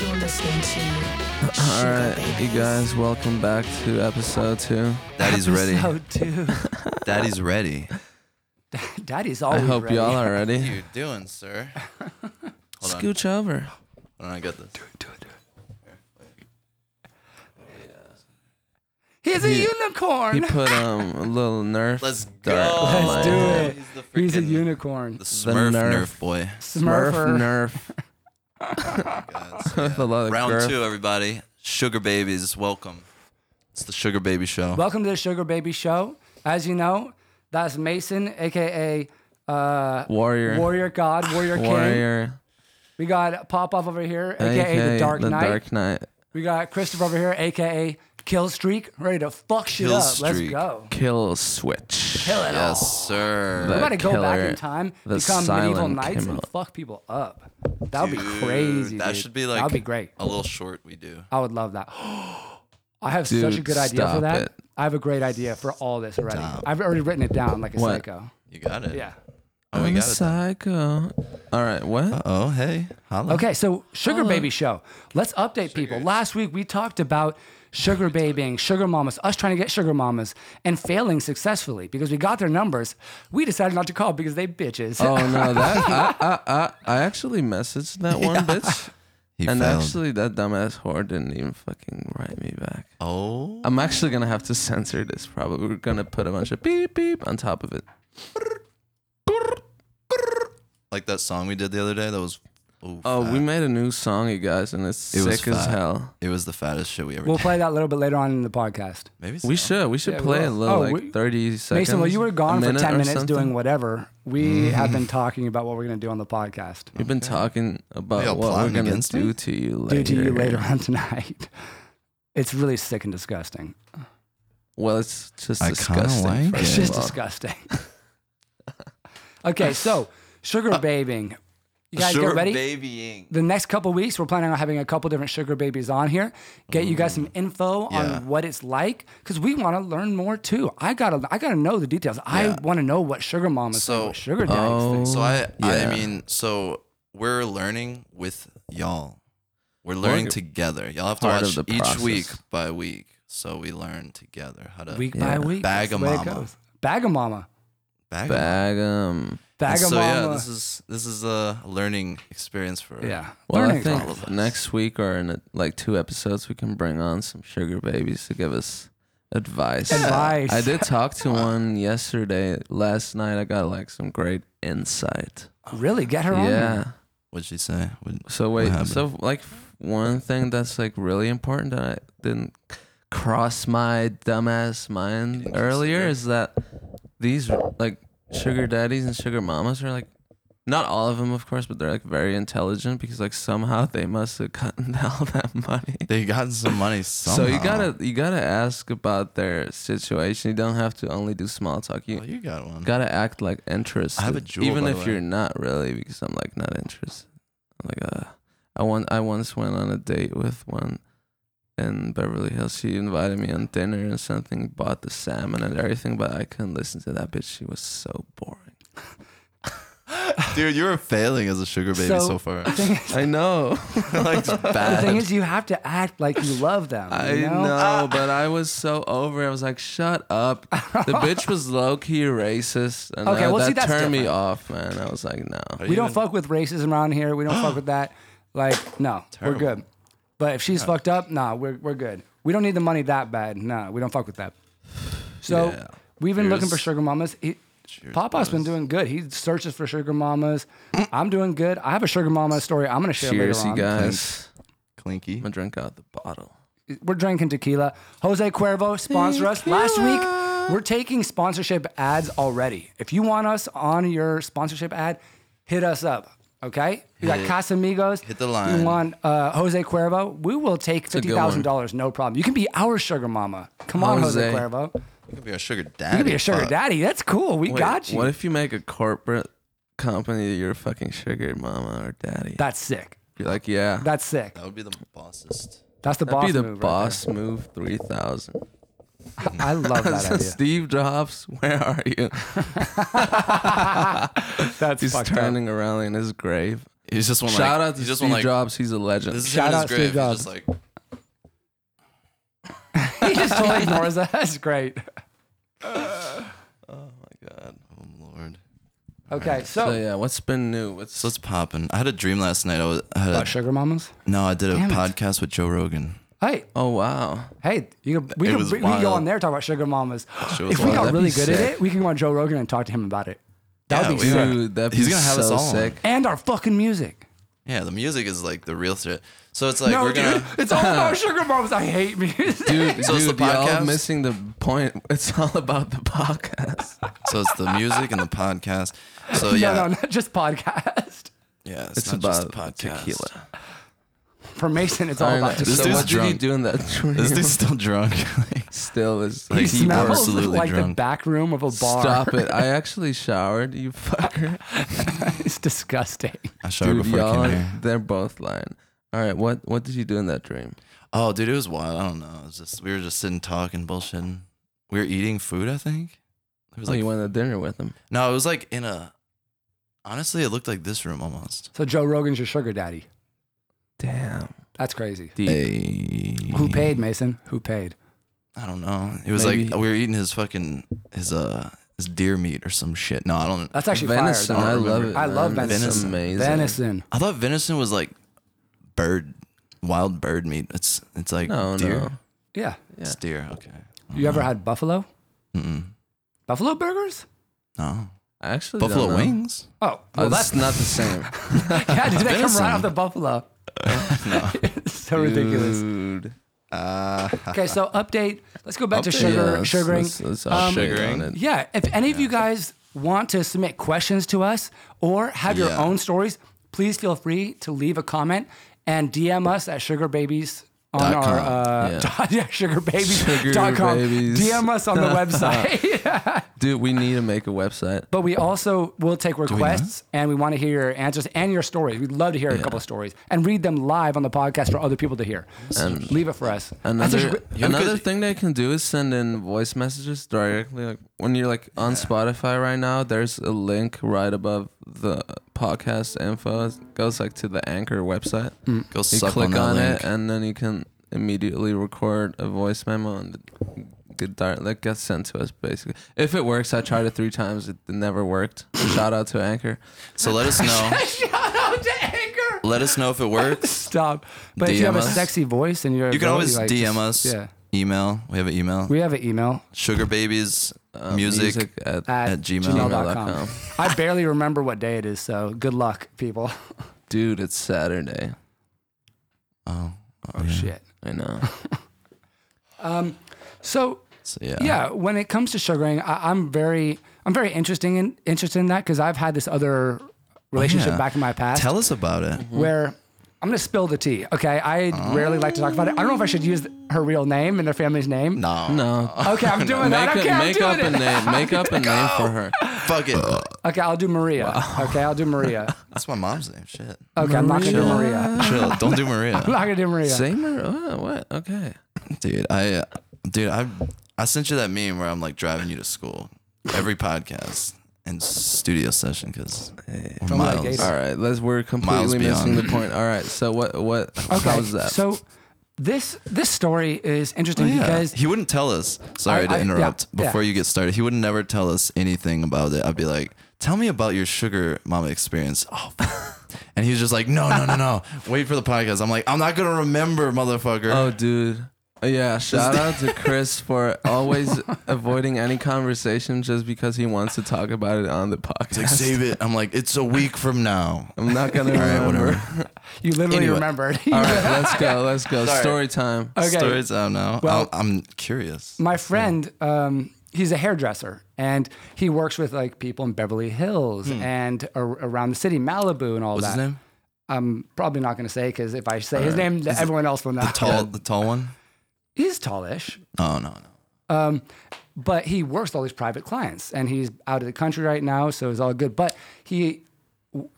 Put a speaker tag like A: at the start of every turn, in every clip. A: listening to
B: All
A: Sugar
B: right, you
A: Babies.
B: guys, welcome back to episode two.
C: Daddy's ready.
D: Episode two.
C: Daddy's ready.
D: Daddy's
B: I
D: always
B: hope
D: ready.
B: y'all are
C: What
B: ready.
C: you doing, sir? Hold on.
B: Scooch over.
C: Hold on, I got this.
D: Do it, do it. He's a
B: He-
D: unicorn.
B: He put um a little nerf.
C: Let's go.
B: dart on
D: Let's
B: my
D: do
B: head.
D: it.
C: He's the
D: He's a
C: freaking-
D: unicorn.
C: The Smurf
B: Nerf.
C: Nerf boy.
B: Smurf
D: Smurfer.
B: nerf
C: God, so
B: with a lot of
C: Round
B: girth.
C: two, everybody. Sugar babies, welcome. It's the Sugar Baby Show.
D: Welcome to the Sugar Baby Show. As you know, that's Mason, aka uh,
B: Warrior.
D: Warrior God, Warrior King.
B: Warrior.
D: We got Pop Off over here, aka, the Dark
B: the
D: Knight.
B: Dark Knight.
D: We got Christopher over here, aka Killstreak, ready to fuck shit up. Let's
C: Killstreak.
D: go.
B: Kill switch.
D: Kill it all.
C: Yes, sir.
D: We
B: The-
D: gotta go back
B: killer,
D: in time,
B: the
D: become medieval
B: silent
D: knights, and
B: Kimmel.
D: fuck people up. That would be
C: Dude,
D: crazy.
C: That
D: dude.
C: should be like
D: That would be great.
C: a little short we do.
D: I would love that. I have such a
B: Dude,
D: good idea
B: stop
D: for that.
B: it.
D: I have a great idea for all this already. I've already written it down like a
B: What?
D: psycho.
C: You got it.
D: Yeah.
C: Oh, we
B: I'm a
C: got it. then.
B: psycho. All right, what?
C: Oh, hey. Holla.
D: Okay, so Sugar Baby Show. Let's update people. Last week we talked about sugar babying, sugar mamas, us trying to get sugar mamas, and failing successfully because we got their numbers. We decided not to call because they bitches.
B: Oh no, that I, I I I actually messaged that one bitch,
C: He
B: and
C: failed.
B: actually that dumbass whore didn't even fucking write me back.
C: oh.
B: I'm actually gonna have to censor this. Probably we're gonna put a bunch of beep beep on top of it.
C: Like that song we did the other day. That was. Oh,
B: Oh,
C: fat.
B: we made a new song, you guys, and it's
C: It was
B: sick as
C: fat.
B: hell.
C: It was the fattest shit we ever
D: We'll
C: did.
D: play that a little bit later on in the podcast.
C: Maybe so.
B: We should we should
D: Yeah, we
B: play a
D: will.
B: little
D: Oh,
B: like
D: we-
B: 30 seconds.
D: Mason, while you were
B: a
D: gone for
B: minute
D: 10
B: or
D: minutes
B: something.
D: doing whatever, we have been talking about what we're going to do on the podcast.
B: We've been talking about
C: all
B: what we're
C: plotting
B: gonna
C: against
B: do
C: me?
B: to you later.
D: Due to you later on tonight. It's really sick and disgusting.
B: Well, it's just
C: I kinda
B: disgusting.
C: like
B: first
D: It's
C: Yeah.
B: of
D: just
B: all.
D: disgusting. okay, so sugar babying. You guys
C: Sugar
D: get ready?
C: babying.
D: the next couple weeks, we're planning on having a couple different sugar babies on here. Get you guys some info
C: Yeah.
D: on what it's like because we want to learn more too. I gotta, I gotta know the details. I want to know what sugar mamas,
C: So-
D: think, what sugar daddies, think.
C: So I,
B: Yeah.
C: I mean, so we're learning with y'all. We're learning together. Y'all have to
B: part
C: watch
B: of the
C: each
B: process.
C: week by week. So we learn together how to
D: week
B: Yeah.
D: by week.
C: Bag
D: that's
C: a
D: the way it
C: mama.
D: goes. Bag a mama.
C: bag. 'em.
B: Bag 'em.
D: Bag
C: And
D: a
C: so
D: mama.
C: yeah, this is this is a learning experience for
D: yeah.
B: Well, I
D: Learning
B: think
D: experience.
B: next week or in like two episodes, we can bring on some sugar babies to give us advice.
D: Advice.
B: I did talk to one yesterday. Last night, I got like some great insight.
D: Really get her on.
B: Yeah.
D: there.
C: What'd she say? What-
B: So
C: What
B: wait.
C: happened?
B: So like f- one thing that's like really important that I didn't cross my dumbass mind
C: didn't
B: earlier
C: consider.
B: is that these like sugar daddies and sugar mamas are like not all of them of course but they're like very intelligent because like somehow they must have gotten all that money
C: They got some money somehow.
B: so you gotta you gotta ask about their situation you don't have to only do small talk you
C: Oh, you got one.
B: gotta act like interested.
C: jewel,
B: even
C: by
B: if
C: the way.
B: you're not really, because I'm like not interested. I'm like uh, I want. I once went on a date with one in Beverly Hills. She invited me on dinner and something, bought the salmon and everything, but I couldn't listen to that bitch. She was so boring.
C: Dude, you were failing as a sugar baby so,
D: So-
C: far.
D: The thing is-
B: I know,
C: like it's
D: the
C: bad.
D: thing is, you have to act like you love them.
B: I
D: you
B: know, but I was so over. it. I was like, shut up. The bitch was low key racist, and
D: Okay,
B: that,
D: well, see,
B: that
D: that's
B: turned me
D: different.
B: off, man. I was like, no.
C: Are
D: We
C: you
D: don't
C: even-
D: fuck with racism around here. We don't fuck with that. Like, no,
C: Terrible.
D: we're good. But if she's fucked up, nah, we're, we're good. We don't need the money that bad. Nah, we don't fuck with that. So
B: Yeah.
D: we've been looking for
C: Cheers.
D: sugar mamas. He,
C: Cheers,
D: Papa's been doing good. He searches for sugar mamas. I'm doing good. I have a sugar mama story I'm going to share
B: Cheers,
D: later
B: you
D: on.
B: guys. I'm
C: clinky.
B: gonna drink out the bottle.
D: We're drinking tequila. Jose Cuervo sponsor us. Last week, we're taking sponsorship ads already. If you want us on your sponsorship ad, hit us up. Okay, we got
C: Hit it.
D: Casamigos.
C: Hit the line.
D: We want uh, Jose Cuervo. We will take
B: a
D: fifty
B: good one.
D: thousand dollars, no problem. You can be our sugar mama. Come on, Jose,
B: Jose.
D: Cuervo. You
C: You could be a sugar daddy.
D: can be a sugar
C: fuck.
D: daddy. That's cool. We
B: Wait,
D: got you.
B: What if you make a corporate company your fucking sugar mama or daddy?
D: That's sick.
B: You're like, yeah, that'd
D: That's sick.
C: That would be the bossest.
D: That's the boss
B: be the
D: move. right
B: boss move three thousand.
D: there. I love that idea.
B: Steve Jobs, where are you?
D: That's
B: He's
D: fucked up.
B: turning around in his grave.
C: He's just one.
B: Shout
C: like,
B: out to
C: he's
B: Steve
C: just one, like,
B: Jobs. He's a legend.
C: This is
D: Shout
C: him in
D: out
C: his grave.
D: Steve
C: He's
D: Jobs.
C: just like
D: he just totally ignores us. That's great.
C: Oh my god. Oh lord.
D: Okay, so,
B: so, yeah, what's been new? What's
C: So it's popping. I had a dream last night. I was I had
D: About
C: a,
D: sugar mamas.
C: no, I did a
D: Damn it.
C: podcast with Joe Rogan.
D: Hey,
B: oh wow,
D: hey, you could, we
C: It
D: could
C: was
D: we could go
C: wild.
D: on there and talk about sugar mamas.
C: Shit was
D: If we
C: wild.
D: got
B: That'd
D: really
B: be
D: good at
B: sick.
D: it, we can go on Joe Rogan and talk to him about it. That
C: Yeah,
D: would be
C: we-
D: sick.
B: dude, that
C: He's
B: be
C: gonna have
B: so
C: us all on.
B: sick.
D: And our fucking music.
C: Yeah, the music is like the real shit. So it's like
D: no,
C: we're gonna.
D: dude, it's all about sugar mamas. I hate music.
B: Dude,
C: So it's
B: dude,
C: the
B: y'all
C: podcast?
B: missing the point. It's all about the podcast.
C: So it's the music and the podcast. So yeah,
D: No, no, not just podcast.
C: yeah, it's,
B: It's
C: not
B: about
C: just the podcast.
B: tequila.
D: For Mason, it's all
B: I know.
D: about tequila.
B: so
C: dude's
B: what did he
C: drunk.
B: do in that dream?
C: This dude's still drunk. Like,
B: Still is
C: He
B: like
D: he
C: he were
D: smells
C: absolutely
D: like the
C: drunk.
D: back room of a bar.
B: Stop it! I actually showered. You fucker.
D: it's disgusting.
C: I showered
B: Dude,
C: before I
B: y'all,
C: came here.
B: they're both lying. All right, what what did you do in that dream?
C: Oh, dude, it was wild. I don't know. It was just we were just sitting talking, bullshitting. We were eating food. I think it was
B: Oh,
C: like
B: you went to dinner with him.
C: no, it was like in a. Honestly, it looked like this room almost.
D: So Joe Rogan's your sugar daddy.
B: Damn.
D: That's crazy.
C: Hey.
D: Who paid, Mason? Who paid?
C: I don't know. It was
B: Maybe-
C: like we were eating his fucking his uh his deer meat or some shit. No, I don't.
D: That's actually
B: venison.
D: fire.
B: I,
D: though.
B: love it.
D: I love
B: man. It's
D: venison.
B: amazing.
D: Venison.
C: I thought venison was like bird, wild bird meat. It's it's like
B: No,
C: deer.
B: no.
D: Yeah.
C: It's deer. Okay.
D: You ever had buffalo?
C: Mm-mm.
D: Buffalo burgers?
C: No.
B: I actually don't
C: Buffalo
B: know.
C: wings.
D: Oh,
B: Oh,
D: well, that's
B: that's not the same.
D: yeah. Did that come
C: venison.
D: right off the buffalo? it's so ridiculous.
B: Dude.
C: Uh,
D: Okay, so update. Let's go back to
B: Update.
D: sugar
B: Yeah, let's-
D: sugaring.
B: let's- let's all
D: Um,
B: shake on
C: sugaring.
B: it.
D: Yeah, if any of you guys want to submit questions to us or have your
C: Yeah.
D: own stories, please feel free to leave a comment and DM us at sugarbabies on
C: Dot com.
D: our uh,
B: Yeah.
D: dot- yeah. sugarbabies.com.
B: Sugarbabies.
D: DM us on the website.
B: Dude, we need to make a website.
D: But we also will take requests and we want to hear your answers and your stories. We'd love to hear a couple of stories and read them live on the podcast for other people to hear. Leave it for us. That's a
B: Another
D: sugar-
B: another
C: could-
B: thing they can do is send in voice messages directly. Like when you're like on Spotify right now, there's a link right above the podcast info. It goes like to the Anchor website.
D: Mm.
C: go
B: You
C: suck
B: click
C: on,
B: on,
C: that
B: it, and then you can immediately record a voice memo and get direct, like gets sent to us basically. If it works, I tried it three times. It never worked. Shout out to Anchor.
C: So let us know.
D: Shout out to Anchor.
C: let us know if it works.
D: Stop. But if you have
C: DM
D: a
C: us.
D: sexy voice and you're,
C: You can always DM us.
D: Yeah,
C: Email. We have an email.
D: we have an email
C: Sugarbabies
B: Uh,
C: music.
B: at,
D: at,
C: At gmail.
D: gmail.com. I barely remember what day it is, so good luck, people.
B: dude, it's Saturday.
C: Oh,
D: Oh shit.
B: I know.
D: So
C: so yeah.
D: yeah, when it comes to sugaring, I, I'm very, I'm very interesting in interested in that because I've had this other relationship
C: Oh, yeah.
D: back in my past
C: Tell us about it.
D: where. I'm gonna spill the tea, okay? I rarely like to talk about it. I don't know if I should use her real name and her family's name.
C: No.
B: No,
D: Okay, I'm
B: make,
D: doing that.
B: a-
D: Okay, I'm
B: make
D: doing
B: up
D: it.
B: a name. Make up a name for her.
C: Fuck it.
D: Okay, I'll do Maria. Okay, I'll do Maria.
C: That's my mom's name. Shit.
D: Okay, I'm not gonna do Maria.
C: Chill. Don't do Maria.
D: I'm not gonna do Maria.
B: Same or oh, what? Okay.
C: Dude, I, uh, dude, I, I sent you that meme where I'm like driving you to school every podcast and studio session because
D: From
C: miles.
D: Alligator.
B: All right. Let's. We're completely missing
C: beyond.
B: the point. All right. So what? What? How's that?
D: So this this story is interesting
C: Oh, Yeah.
D: because
C: he wouldn't tell us. Sorry
D: I- I-
C: to
D: yeah,
C: interrupt.
D: yeah.
C: Before you get started, he would never tell us anything about it. I'd be like, "Tell me about your sugar mama experience." Oh, and he was just like, "No, no, no, no. Wait for the podcast." I'm like, "I'm not gonna remember, motherfucker."
B: Oh, dude. Uh, Yeah, shout out to Chris for always avoiding any conversation just because he wants to talk about it on the
C: Like,
B: podcast.
C: save it. I'm like, it's a week from now.
B: I'm not gonna remember.
C: whatever.
D: you literally
C: Anyway.
D: remembered.
B: All right, let's go. Let's go.
C: Sorry.
B: Story time.
D: okay.
C: Stories out now.
D: Well-
C: Well, I'm curious.
D: My friend, um, he's a hairdresser and he works with like people in Beverly Hills and ar- around the city, Malibu, and all
C: What's
D: that.
C: his name?
D: I'm probably not going to say because if I say his name, th- everyone else will know.
C: Tall, the tall one.
D: He's tallish,
C: Oh no, no.
D: but he works with all these private clients and he's out of the country right now, so it's all good. But he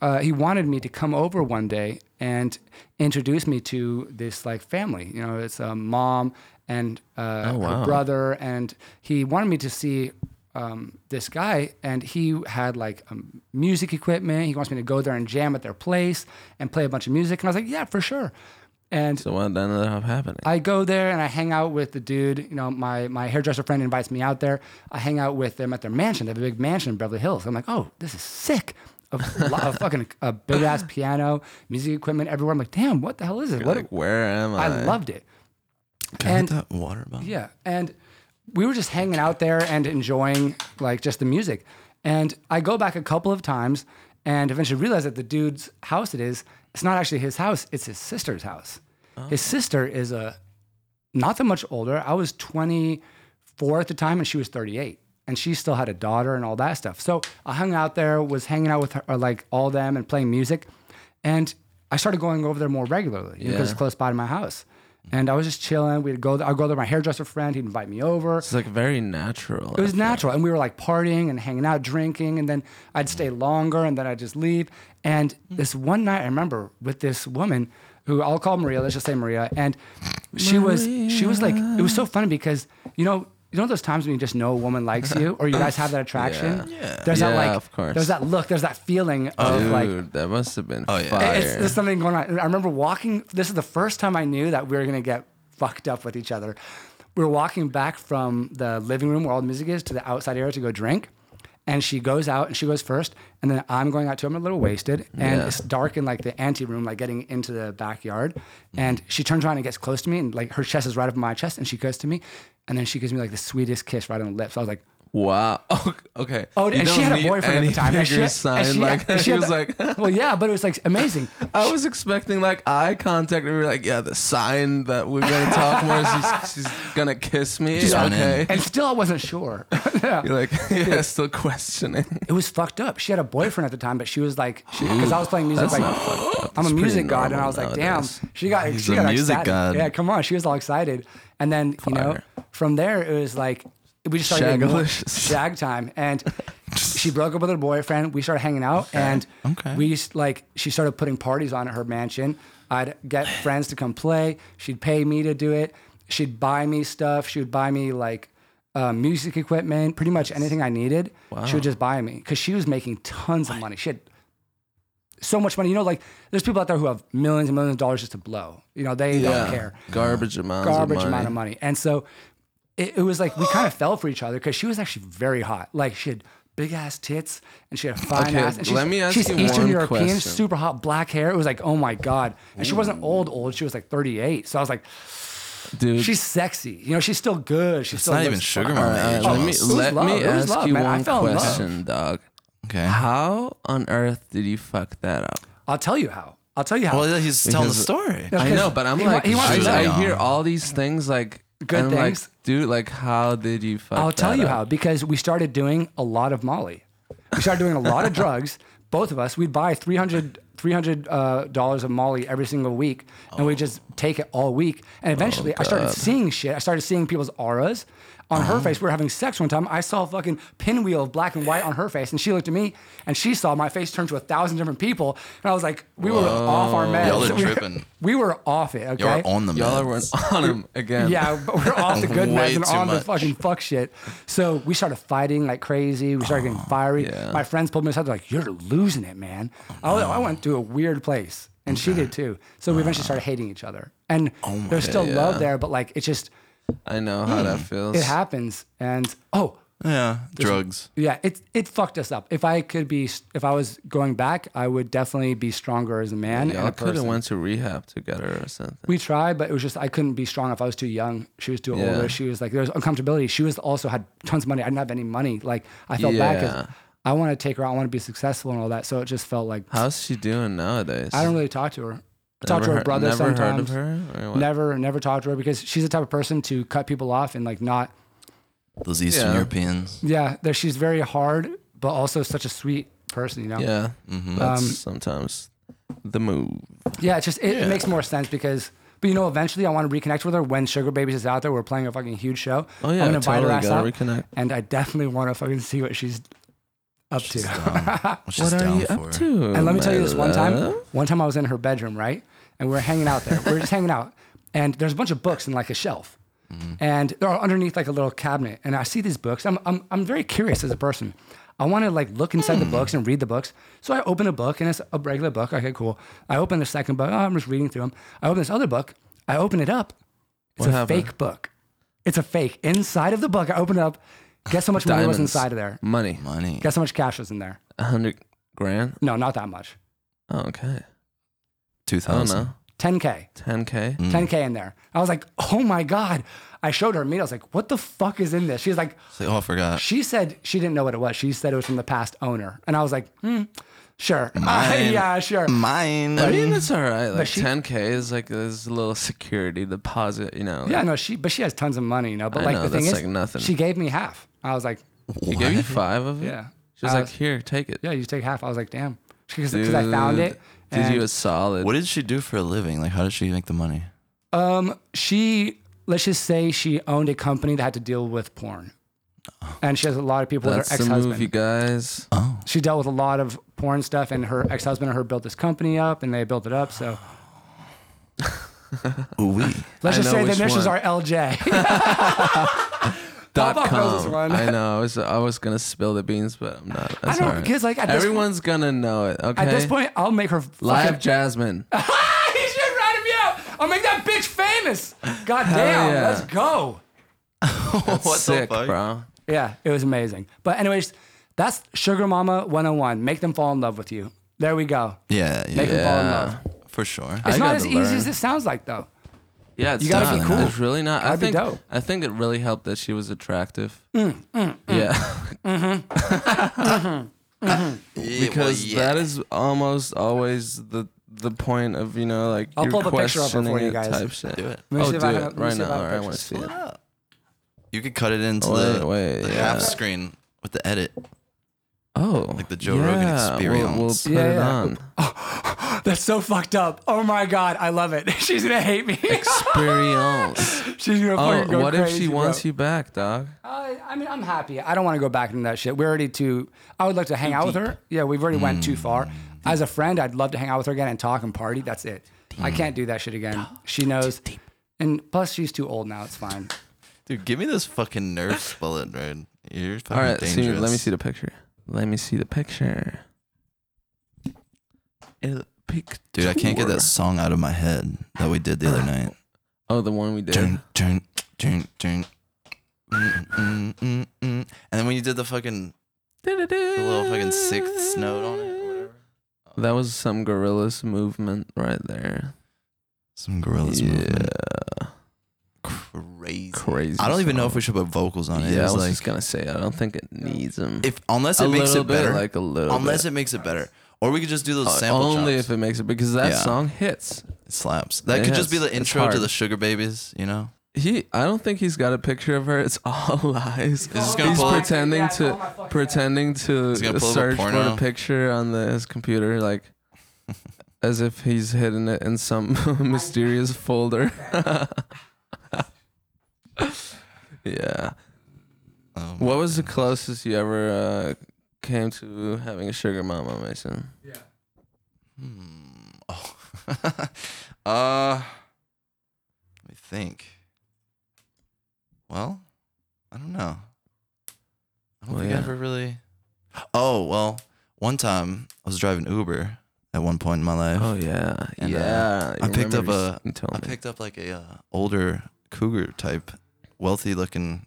D: uh, he wanted me to come over one day and introduce me to this like family. You know, it's a mom and uh, her brother, and he wanted me to see um, this guy, and he had like um, music equipment. He wants me to go there and jam at their place and play a bunch of music. And I was like, yeah, for sure. And
B: So what ended up happening?
D: I go there and I hang out with the dude. You know, my my hairdresser friend invites me out there. I hang out with them at their mansion. They have a big mansion in Beverly Hills. I'm like, oh, this is sick. A, lo- a fucking a big ass piano, music equipment everywhere. I'm like, damn, what the hell is it?
B: You're
D: What?
B: like, where am I?
D: I loved it.
C: Can I
D: And-
C: get that water bottle?
D: Yeah, and we were just hanging out there and enjoying like just the music. And I go back a couple of times and eventually realize that the dude's house it is, it's not actually his house, it's his sister's house. His sister is a not that much older. I was 24 at the time and she was 38. And she still had a daughter and all that stuff. So I hung out there, was hanging out with her, or, like all them and playing music. And I started going over there more regularly because it's
B: Yeah.
D: close by to my house. And I was just chilling. We'd go, I'd go there, my hairdresser friend, he'd invite me over.
B: It's like very natural.
D: It was natural. And we were like partying and hanging out, drinking. And then I'd stay longer and then I'd just leave. And this one night, I remember with this woman who I'll call Maria, let's just say Maria. And she was, she was like, it was so funny because, you know, you know those times when you just know a woman likes you or you guys have that attraction?
C: Yeah. Yeah.
D: There's that
B: Yeah,
D: like,
B: of course.
D: there's that look, there's that feeling of
B: Dude,
D: like,
B: that must have been
C: Oh, yeah.
B: fire.
D: it's, there's something going on. I remember walking. This is the first time I knew that we were gonna get fucked up with each other. We were walking back from the living room where all the music is to the outside area to go drink, and she goes out and she goes first, and then I'm going out too. I'm a little wasted, and
B: Yeah.
D: it's dark in like the ante room, like getting into the backyard, and she turns around and gets close to me, and like her chest is right up in my chest, and she goes to me, and then she gives me like the sweetest kiss right on the lips. I was like.
B: wow. okay.
D: Oh,
B: You
D: and she
B: don't
D: had a
B: need
D: boyfriend at
B: any
D: the time.
B: bigger
D: And she, and
B: sign.
D: she-
B: like
D: and
B: she
D: had
B: was
D: the-
B: like,
D: well, yeah, but it was like amazing.
B: I was expecting like eye contact, and we were like, yeah, the sign that we're gonna talk more is she's, she's gonna kiss me.
C: went in.
B: okay.
D: And still, I wasn't sure. Yeah.
B: You're like, yeah, still questioning.
D: it was fucked up. She had a boyfriend at the time, but she was like, because I was playing music. Like, I'm a
B: It's pretty
D: music god, and I
B: normal
D: was like,
B: nowadays.
D: damn, she got, she
C: a
D: got
C: music
D: excited.
C: god.
D: Yeah, come on, she was all excited, and then you know,
B: Fire.
D: from there it was like we just started getting more
B: Shagalicious.
D: shag time, and she broke up with her boyfriend. We started hanging out, and
C: Okay.
D: we just like she started putting parties on at her mansion. I'd get friends to come play. She'd pay me to do it. She'd buy me stuff. She would buy me like uh, music equipment, pretty much anything I needed. She would just buy me because she was making tons of money. She had so much money. You know, like there's people out there who have millions and millions of dollars just to blow. You know, they don't care.
B: Garbage amounts.
D: Garbage
B: of money.
D: amount of money. And so it, it was like we kind of fell for each other because she was actually very hot. Like she had big ass tits and she had a fine
B: Okay,
D: ass. And she's,
B: let me ask
D: she's
B: you
D: Eastern
B: one
D: European,
B: question.
D: super hot, black hair. It was like, oh my God. And she wasn't old, old. She was like 38. So I was like,
B: Dude,
D: she's sexy. You know, she's still good. She's
C: It's
D: still
C: not
D: looks
C: even sugar
B: All
C: mama
B: right,
C: age.
B: let me
C: almost.
B: let
D: love?
B: me
D: Oh, It was
B: ask
D: love,
B: you
D: man. I
B: one
D: fell in love.
B: question, dog.
C: okay.
B: How on earth did you fuck that up?
D: I'll tell you how. I'll tell you how.
C: Well, he's telling the
B: Because-
C: story.
D: No,
B: I know,
D: 'cause
B: but I'm
D: he wa-
B: like,
D: he wants
C: to
B: I,
C: know.
B: I hear all these things like
D: Good
B: and I'm like,
D: things.
B: dude. Like, how did you fuck?
D: I'll tell
B: that
D: you
C: uh,
B: up?
D: how because we started doing a lot of Molly. We started doing a lot of drugs. Both of us, we'd buy 300 $300 uh, dollars of Molly every single week, and we just
C: Oh.
D: take it all week. And eventually, I started seeing shit. I started seeing people's auras on
C: Uh-huh.
D: her face. We were having sex one time. I saw a fucking pinwheel of black and white on her face, and she looked at me, and she saw my face turn to a thousand different people. And I was like, we were off our meds.
C: Y'all are
D: we,
C: tripping.
D: we were off it. Okay.
C: You're on the
B: Y'all
C: meds.
B: are on him again.
D: Yeah, but we're off the good
C: Way
D: meds and
C: too
D: on the
C: much.
D: fucking fuck shit. So we started fighting like crazy. We started
C: Oh,
D: getting fiery.
B: yeah.
D: My friends pulled me aside. They're like, "You're losing it, man." I, was- I went to a weird place, and she did too. So we eventually started hating each other, and
C: Oh
D: there's still love there, but like it just
B: I know how that feels.
D: Hmm. it happens. And oh
C: Yeah, drugs.
D: yeah, it it fucked us up. If I could be, if I was going back, I would definitely be stronger as a man. and
B: Y'all
D: a
B: could
D: person.
B: have went to rehab together or something.
D: We tried, but it was just I couldn't be strong enough. I was too young. She was too
B: Yeah.
D: older. She was like there was uncomfortability. She was also had tons of money. I didn't have any money. Like I felt
B: Yeah.
D: bad because I want to take her out. I want to be successful and all that. So it just felt like
B: How's she doing nowadays?
D: I don't really talk to her. I talk to
B: Never
D: her
B: heard-
D: brother
B: never heard of
D: sometimes.
B: her. Or what?
D: Never, never talk to her because she's the type of person to cut people off and like not.
C: Those Eastern
B: Yeah.
C: Europeans.
D: Yeah, there she's very hard, but also such a sweet person. You know.
B: Yeah, that's
D: Um,
B: sometimes the move.
D: Yeah, it's just it, it makes more sense because. But you know, eventually I want to reconnect with her when Sugar Babies is out there. We're playing a fucking huge show.
B: Oh
D: I'm
B: yeah,
D: gonna invite her
B: totally
D: ass
B: gotta
D: out.
B: reconnect.
D: and I definitely want to fucking see what she's up to.
C: Which is down for.
B: to?
D: And let me tell you this one time.
B: Milo?
D: One time I was in her bedroom, right? And we were hanging out there. We were just hanging out. And there's a bunch of books in like a shelf.
B: Mm-hmm.
D: and they're all underneath like a little cabinet. And I see these books. I'm I'm I'm very curious as a person. I want to like look inside
B: Hmm.
D: the books and read the books. So I open a book and it's a regular book. Okay, cool. I open the second book. Oh, I'm just reading through them. I open this other book. I open it up. It's
B: What
D: a
B: happened?
D: fake book. It's a fake. Inside of the book, I open it up. Guess how much money was
B: Diamonds.
D: inside of there?
B: Money.
C: Money.
D: Guess how much cash was in there?
B: A hundred grand?
D: No, not that much.
B: Oh, okay.
C: Two
B: I don't
C: thousand.
B: know.
D: 10K.
B: Ten K?
D: 10K in there. I was like, oh my God. I showed her meat. I was like, what the fuck is in this? She's like,
C: It's like, oh, I
B: Uh.
C: forgot.
D: she said she didn't know what it was. She said it was from the past owner. And I was like, hmm, sure. Uh, yeah, sure.
B: Mm.
C: Mine.
B: I mean it's all right. Like
D: she-
B: ten K is like this little security deposit, you know.
D: Yeah, no, she, but she has tons of money, you know. But
B: I
D: like
B: know,
D: the thing
B: that's
D: is,
B: like nothing.
D: she gave me half. I was like,
B: She gave you five of it?
D: Yeah.
B: She was
D: I
B: like,
D: was-
B: here, take it.
D: yeah, you take half. I was like, damn. Because I found it.
B: Did
D: and-
B: you a solid
C: What did she do for a living? Like, how did she make the money?
D: Um, she let's just say she owned a company that had to deal with porn, and she has a lot of people
B: Oh. that's
D: with her
B: the movie,
D: ex-husband. Uh,
B: guys.
D: She dealt with a lot of porn stuff, and her ex-husband and her built this company up, and they built it up. So
C: Ooh wee.
D: let's
B: I
D: just
B: know
D: say the
B: which
D: initials
B: one.
D: are LJ.
B: Dot
D: Bob knows this
B: com.
D: one.
B: I know. I was I was gonna spill the beans, but I'm not.
D: I
B: That's all
D: don't
B: right.
D: because like at this,
B: Everyone's gonna know it. Okay.
D: at this point, I'll make her fucking-
B: live Jasmine.
D: you should write me out. I'll make that bitch famous. God damn,
B: yeah.
D: let's go.
C: What
B: Sick, bro.
D: Yeah, it was amazing. But anyways, that's Sugar Mama 101. Make them fall in love with you. There we go.
C: Yeah,
D: Make
C: yeah,
D: them fall in love.
C: for sure.
D: It's
B: I
D: not
B: got
D: as
B: to
D: easy
B: learn.
D: as it sounds like, though.
B: Yeah, it's
D: You gotta be
B: not.
D: cool.
B: It's really not. I
D: Gotta be
B: think
D: dope. Mm,
B: I think it really helped that she was attractive. Yeah, because that is almost always the the point of you know like
D: I'll
B: you're
D: pull the picture up
B: questioning
D: before you
B: it
D: guys.
B: type shit.
C: Do it.
D: Let me
B: Oh,
D: see
B: do
D: if
B: it
D: I have- let me
B: right
D: see if I
B: now.
D: have
B: All right, I want to
D: pictures.
B: see it.
C: You could cut it into
B: Wait,
C: the,
B: wait,
C: the
B: yeah.
C: half screen with the edit.
B: Oh,
C: Like the Joe Rogan
B: yeah, we'll- We'll,
C: experience.
B: put
D: Yeah,
B: it
D: yeah.
B: on.
D: That's so fucked up. Oh my god, I love it. She's gonna hate me.
B: Experience.
D: She's gonna
B: oh,
D: fucking go
B: what if she
D: crazy, bro.
B: wants you back, dog?
D: Uh, I mean, I'm happy. I don't want to go back into that shit. We're already too. I would like to hang out with her. Yeah, we've already went
B: Hmm.
D: too far. As a friend, I'd love to hang out with her again and talk and party. That's it. I can't do that shit again. She knows. And plus, she's too old now. It's fine.
C: Dude, give me this fucking Nerf bullet, dude. You're fucking
B: All right, see,
C: dangerous.
B: let me see the picture. Let me see the picture. El picture.
C: Dude, I can't get that song out of my head that we did the other night.
B: Oh, the one we did.
C: Dun, dun, dun, dun. Mm, mm, mm, mm. And then when you did the fucking the little fucking sixth note on it, or whatever.
B: That was some gorillas movement right there.
C: some gorillas
B: yeah,
C: movement. Crazy.
B: crazy.
C: I don't even know if
B: song.
C: we should put vocals on it.
B: Yeah, I
C: it's
B: was
C: like
B: just gonna say. I don't think it needs them.
C: if unless it
B: a
C: makes
B: little
C: it better,
B: bit, like a little.
C: unless
B: bit.
C: it makes it better, or we could just do those
B: Uh,
C: sample
B: only
C: chops.
B: if it makes it because that
C: Yeah.
B: song hits.
C: It slaps. That could just be
B: hits.
C: the
B: It's
C: intro to
B: hard.
C: the Sugar Babies. You know,
B: He, I don't think he's got a picture of her. It's all lies.
C: just gonna
B: he's
C: pull up-
B: pretending
D: Yeah,
B: to
D: all my fucking
B: pretending to
C: gonna pull up a
B: search for
C: porno.
B: the picture on the, his computer, like as if he's hidden it in some mysterious folder. yeah.
C: um,
B: What was the closest you ever uh, came to having a sugar mama, Mason?
C: Hmm. Oh. uh, let me think. Well, I don't know. I don't
B: Well,
C: think
B: yeah.
C: I ever really. Oh well, one time I was driving Uber at one point in my life.
B: Oh yeah,
C: And, uh,
B: yeah.
C: I
B: you
C: picked
B: remember
C: up
B: you s- you told
C: I
B: me.
C: picked up like a uh, older cougar type, wealthy looking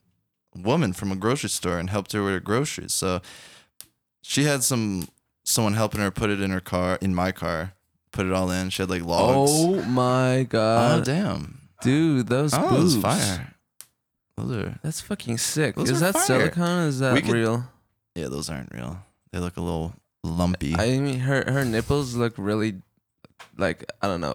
C: woman from a grocery store and helped her with her groceries. So she had some someone helping her put it in her car, in my car, put it all in. She had like logs.
B: Oh my
C: Oh,
B: god,
C: damn!
B: dude, those
C: Oh,
B: boobs.
C: those fire. Those are
B: That's fucking sick.
C: Those
B: is
C: are
B: that
C: fire.
B: silicone? Is that
C: We could-
B: real?
C: yeah, those aren't real. They look a little lumpy.
B: I mean, her her nipples look really, like I don't know,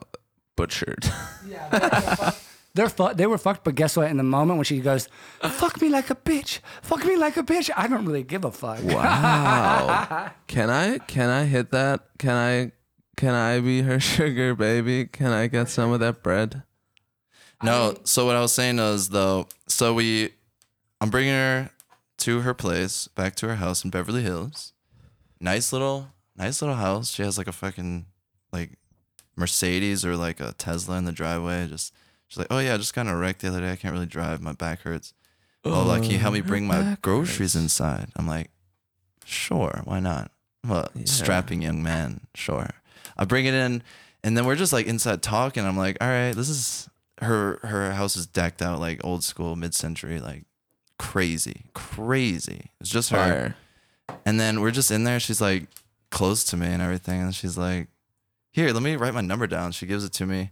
B: butchered.
D: They're fu- they were fucked, but guess what? In the moment when she goes, "Fuck me like a bitch, fuck me like a bitch," I don't really give a fuck.
B: Wow. can I can I hit that? Can I can I be her sugar baby? Can I get some of that bread?
C: no, so what I was saying is though, so we, I'm bringing her to her place, back to her house in Beverly Hills. Nice little, nice little house. She has like a fucking, like, Mercedes or like a Tesla in the driveway. Just She's like, oh yeah, I just got in a wreck the other day. I can't really drive. My back hurts. Oh, like, can you help me bring my groceries inside? I'm like, sure, why not? Well,
B: Yeah.
C: strapping young man, sure. I bring it in, and then we're just like inside talking. I'm like, all right, this is her. Her house is decked out like old school, mid century, like crazy, crazy. It's just her.
B: Fire.
C: And then we're just in there. She's like close to me and everything. And she's like, here, let me write my number down. She gives it to me.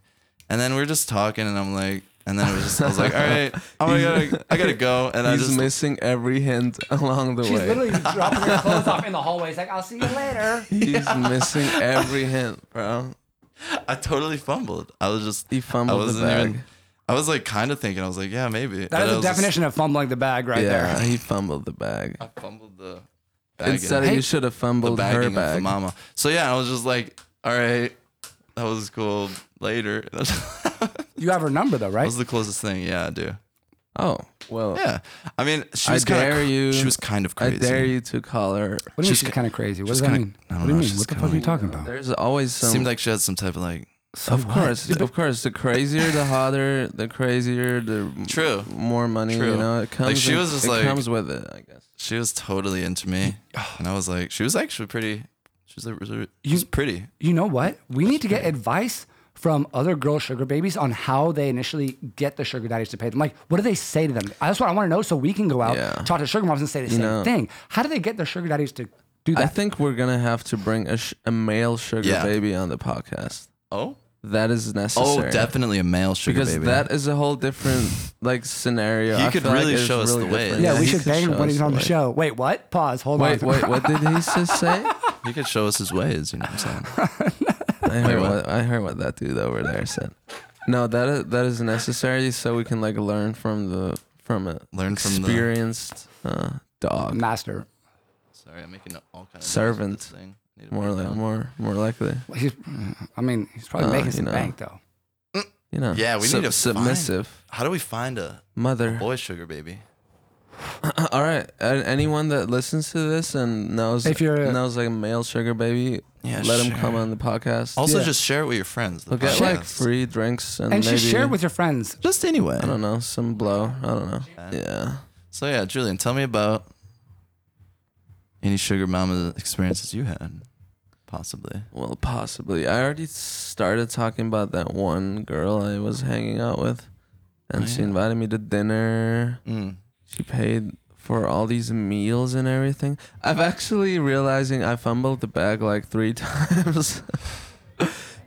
C: And then we're just talking. And I'm like, and then it was just, I was like, all right, oh my God, I gotta go. And I
B: He's
C: just,
B: missing every hint along the
D: She's
B: way.
D: literally dropping her clothes off in the hallway. It's like, I'll see you later.
B: He's missing every hint, bro.
C: I totally fumbled. I was just,
B: He
C: I
B: fumbled the
C: wasn't
B: bag.
C: even, I was like kind of thinking, I was like, yeah, maybe.
D: That
C: But I
D: is the
C: was just-
D: definition of fumbling the bag right
B: yeah,
D: there.
B: he fumbled the bag.
C: I fumbled the bag
B: Instead,
C: and-
B: you should have
C: the
B: fumbled her
C: bagging of the
B: bag.
C: mama. So yeah, I was just like, all right, that was cool. Later. that
D: You have her number though, right?
C: was the closest thing. Yeah, I do.
B: Oh well,
C: Yeah, I mean, she
B: I
C: was kind
B: dare
C: of
B: you.
C: she was kind of
B: I
C: crazy.
B: dare you to call her.
D: What do you mean
C: She's
D: she's
C: ki-
D: kind of crazy? What
C: she's
D: does that
C: kinda-
D: mean?
C: I don't
D: What do you
C: know,
D: mean?
C: she's
D: What the
C: kinda
D: fuck are you
C: like-
D: talking about?
B: There's always some.
C: Seemed like she had some type of like.
D: So
B: of
D: what?
B: course,
D: Yeah, but
B: of course. The crazier, the hotter, the crazier, the m-
C: True.
B: more money.
C: True.
B: You know, it comes.
C: Like, she
B: in-
C: was just
B: it
C: like-
B: comes with it, I guess.
C: She was totally into me, and I was like, she was actually pretty. She was, like, she was pretty.
D: You know what? We need to get advice from other girl sugar babies on how they initially get the sugar daddies to pay them. Like, what do they say to them? That's what I want to know so we can go out,
B: Yeah.
D: talk to sugar moms and say the same
B: know-
D: thing. How do they get their sugar daddies to do
B: I
D: that?
B: think we're gonna have to bring a, sh- a male sugar
C: Yeah.
B: baby on the podcast.
C: Oh.
B: That is
C: Oh,
B: necessary.
C: definitely a male sugar
B: Because
C: baby.
B: that is a whole different like scenario.
C: He
B: I
C: could
B: feel like
C: really
B: it's
C: show us the way.
B: different.
D: yeah,
C: yeah,
D: we
C: he
D: should
B: could
D: bang
B: show
D: him when
B: us
D: he's on the
B: way.
D: show. Wait, what? Pause. Hold
B: Wait,
D: on.
B: wait, what did he just say?
C: he could show us his ways. You know what I'm saying?
B: I heard what I heard what that dude over there said. No, that is, that is necessary so we can like learn from the from a
C: Learn from the-
B: experienced uh, dog.
D: Master.
C: Sorry, I'm making all kinds of
B: Servant.
C: noises with this thing. Need to
B: More
C: break
B: like
C: down.
B: more more likely,
D: Well, He's, I mean, he's probably
B: Uh,
D: making
B: you
D: some
B: know.
D: bank though.
B: you know.
C: Yeah, we need to
B: submissive
C: How do we find a
B: mother.
C: boy sugar baby?
B: All right, a- anyone that listens to this and knows
D: If you're a-
B: knows like a male sugar baby,
C: Yeah,
B: let him
C: sure.
B: come on the podcast.
C: Also,
B: Yeah.
C: just share it with your friends. the
B: we'll get like
C: podcast.
B: free drinks and,
D: And
B: maybe
D: just share it with your friends.
C: just anyway.
B: I don't know some blow. I don't know. Yeah.
C: So yeah, Julian, tell me about any sugar mama experiences you had, possibly.
B: Well, possibly. I already started talking about that one girl I was hanging out with, and
C: Oh,
B: she
C: yeah.
B: invited me to dinner.
C: Mm.
B: She paid for all these meals and everything. I've actually realizing I fumbled the bag like three times.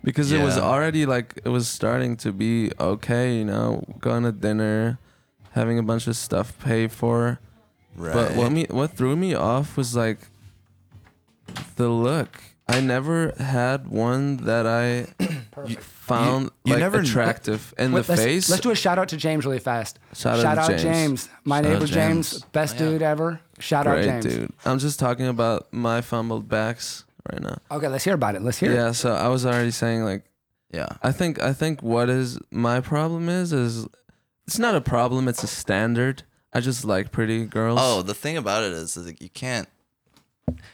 B: because it was
C: Yeah.
B: already like it was starting to be okay, you know, going to dinner, having a bunch of stuff paid for.
C: Right.
B: But what me what threw me off was like the look. I never had one that I found
C: You- you
B: like
C: never-
B: attractive in
D: Wait,
B: the
D: let's,
B: face.
D: Let's do a shout out to James really fast.
B: Shout out to James.
D: My
C: Shout out
D: neighbor James.
C: James.
D: Best
C: Oh, yeah.
D: dude ever. Shout out
B: Great,
D: James.
B: dude. I'm just talking about my fumbled backs right now.
D: Okay, let's hear about it. Let's hear it.
B: Yeah, so I was already saying like
C: yeah.
B: I think I think what is my problem is is it's not a problem, it's a standard. I just like pretty girls.
C: Oh, the thing about it is, is like you can't.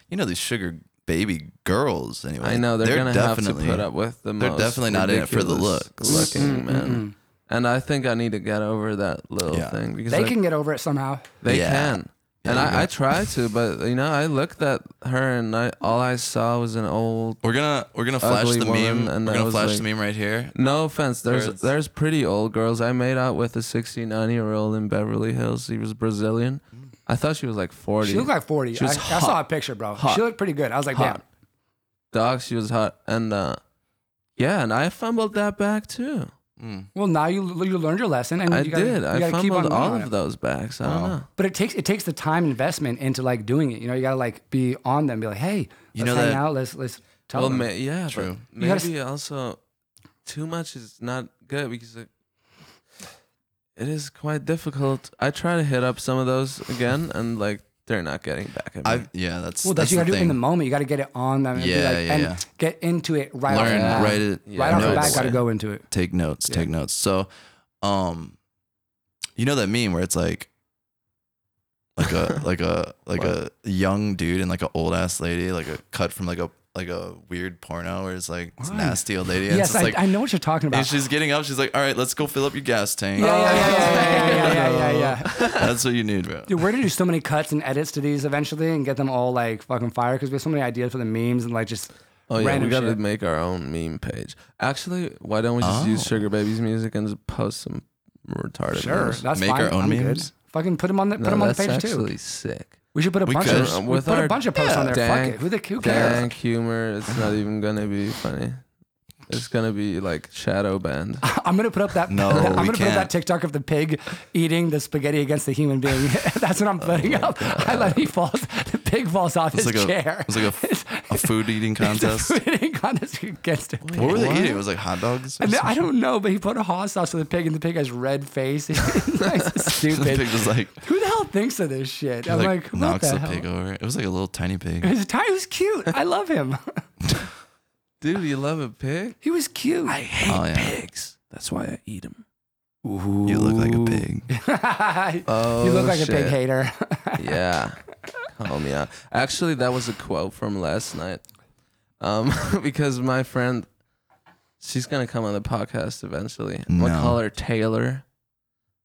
C: You know these sugar baby girls, anyway.
B: I know they're, gonna have to
C: definitely-
B: put up with the
C: they're
B: most
C: definitely not in it for the
B: ridiculous
C: looks.
B: looking man. And I think I need to get over that little
C: Yeah.
B: thing because
D: They
B: like,
D: can get over it somehow.
B: they
C: Yeah.
B: can.
C: Yeah,
B: and
C: you
B: I, I
C: got-
B: try to, but you know, I looked at her and I, all I saw was an old.
C: We're gonna we're gonna flash
B: Ugly
C: the
B: woman,
C: meme.
B: and
C: we're
B: I
C: gonna
B: was
C: flash
B: like-
C: the meme right here.
B: No offense, there's
C: Birds.
B: there's pretty old girls. I made out with a 69 year old in Beverly Hills. He was Brazilian. I thought she was like 40.
D: She looked like 40.
B: She was
D: I, I
B: hot.
D: saw a picture, bro.
B: Hot.
D: She looked pretty good. I was like,
B: hot. Dog, she was hot, and uh, yeah, and I fumbled that back too.
C: Mm.
D: damn. Well, now you you learned your lesson, and
B: I
D: you gotta,
B: did.
D: You
B: I
D: gotta keep on
B: fumbled all
D: moving on
B: of
D: it.
B: those backs. I don't
C: Wow.
B: know.
D: But it takes it takes the time investment into like doing it. You know, you gotta like be on them, be like, hey,
C: You
D: let's
C: know
D: hang
C: that-
D: out. Let's let's tell
B: Well,
D: them.
B: ma- yeah,
C: True.
B: but
D: You gotta
B: maybe also too much is not good because like, it is quite difficult. I try to hit up some of those again, and like they're not getting back at me.
C: I yeah, that's
D: well,
C: that's
D: that's, you
C: the
D: gotta do it
C: thing.
D: in the moment. You gotta get it on them. And be
C: Yeah,
D: like,
C: yeah,
D: and
C: yeah.
D: Get into it right off the
C: Learn
D: bat.
C: write it
B: Yeah.
D: Right off the bat,
C: notes.
D: gotta go into it.
C: take notes take notes so um you know that meme where it's like like a like a like a young dude and like an old ass lady like a cut from like a like a weird porno where it's like it's nasty old lady. And
D: yes,
C: it's
D: I,
C: just, like,
D: I know what you're talking
C: and
D: about.
C: she's getting up. She's like, all right, let's go fill up your gas tank.
D: yeah, yeah, yeah, yeah, yeah, yeah, yeah, yeah, yeah.
C: That's what you need, bro.
D: Dude, we're gonna do so many cuts and edits to these eventually and get them all like fucking fire because we have so many ideas for the memes and like just
B: Oh yeah,
D: random
B: we gotta
D: shit.
B: make our own meme page. Actually, why don't we just use Sugar Baby's music and just post some retarded?
D: Oh. sure,
B: memes?
D: that's
C: Make
D: fine.
C: our own
D: I'm good.
C: memes?
D: Fucking put them on the put
B: no,
D: 'em on the
B: that's
D: page too.
B: actually sick. uh,
D: We should put a
C: We
D: bunch
C: could.
D: of we
B: With
D: put a
B: our
D: bunch of posts on there.
B: dank-
D: Fuck it. Who the who cares?
B: Dank humor. It's not even gonna be funny. It's gonna be like shadow banned.
D: I'm gonna put up that.
C: No,
D: I'm
C: we
D: gonna put up that
C: can't.
D: TikTok of the pig eating the spaghetti against the human being. That's what I'm putting up. I let he falls. The pig falls off
C: Oh It's
D: his
C: like a
D: chair.
C: it's like a, f- a food eating contest.
D: It's a eating contest against it.
C: What were they eating? It was like hot dogs. or
D: And
C: something?
D: then- I don't know, but he put a hot sauce on the pig, and the pig has red face. It's
C: The
D: stupid.
C: pig was like,
D: Who the hell thinks of this shit? I'm
C: like,
D: like, what
C: knocks
D: the
C: the,
D: hell?
C: pig over. It was like a little tiny pig.
D: His tie was cute. I love him.
B: Dude, you love a pig?
D: He was cute.
B: hate
C: Oh, yeah.
B: pigs. That's why I eat them.
C: You look like a pig.
B: Oh,
D: you look like a pig
B: shit.
D: hater.
B: yeah. Call me out. Actually, that was a quote from last night. Um, because my friend, she's gonna come on the podcast eventually. I'm gonna
C: No.
B: call her Taylor.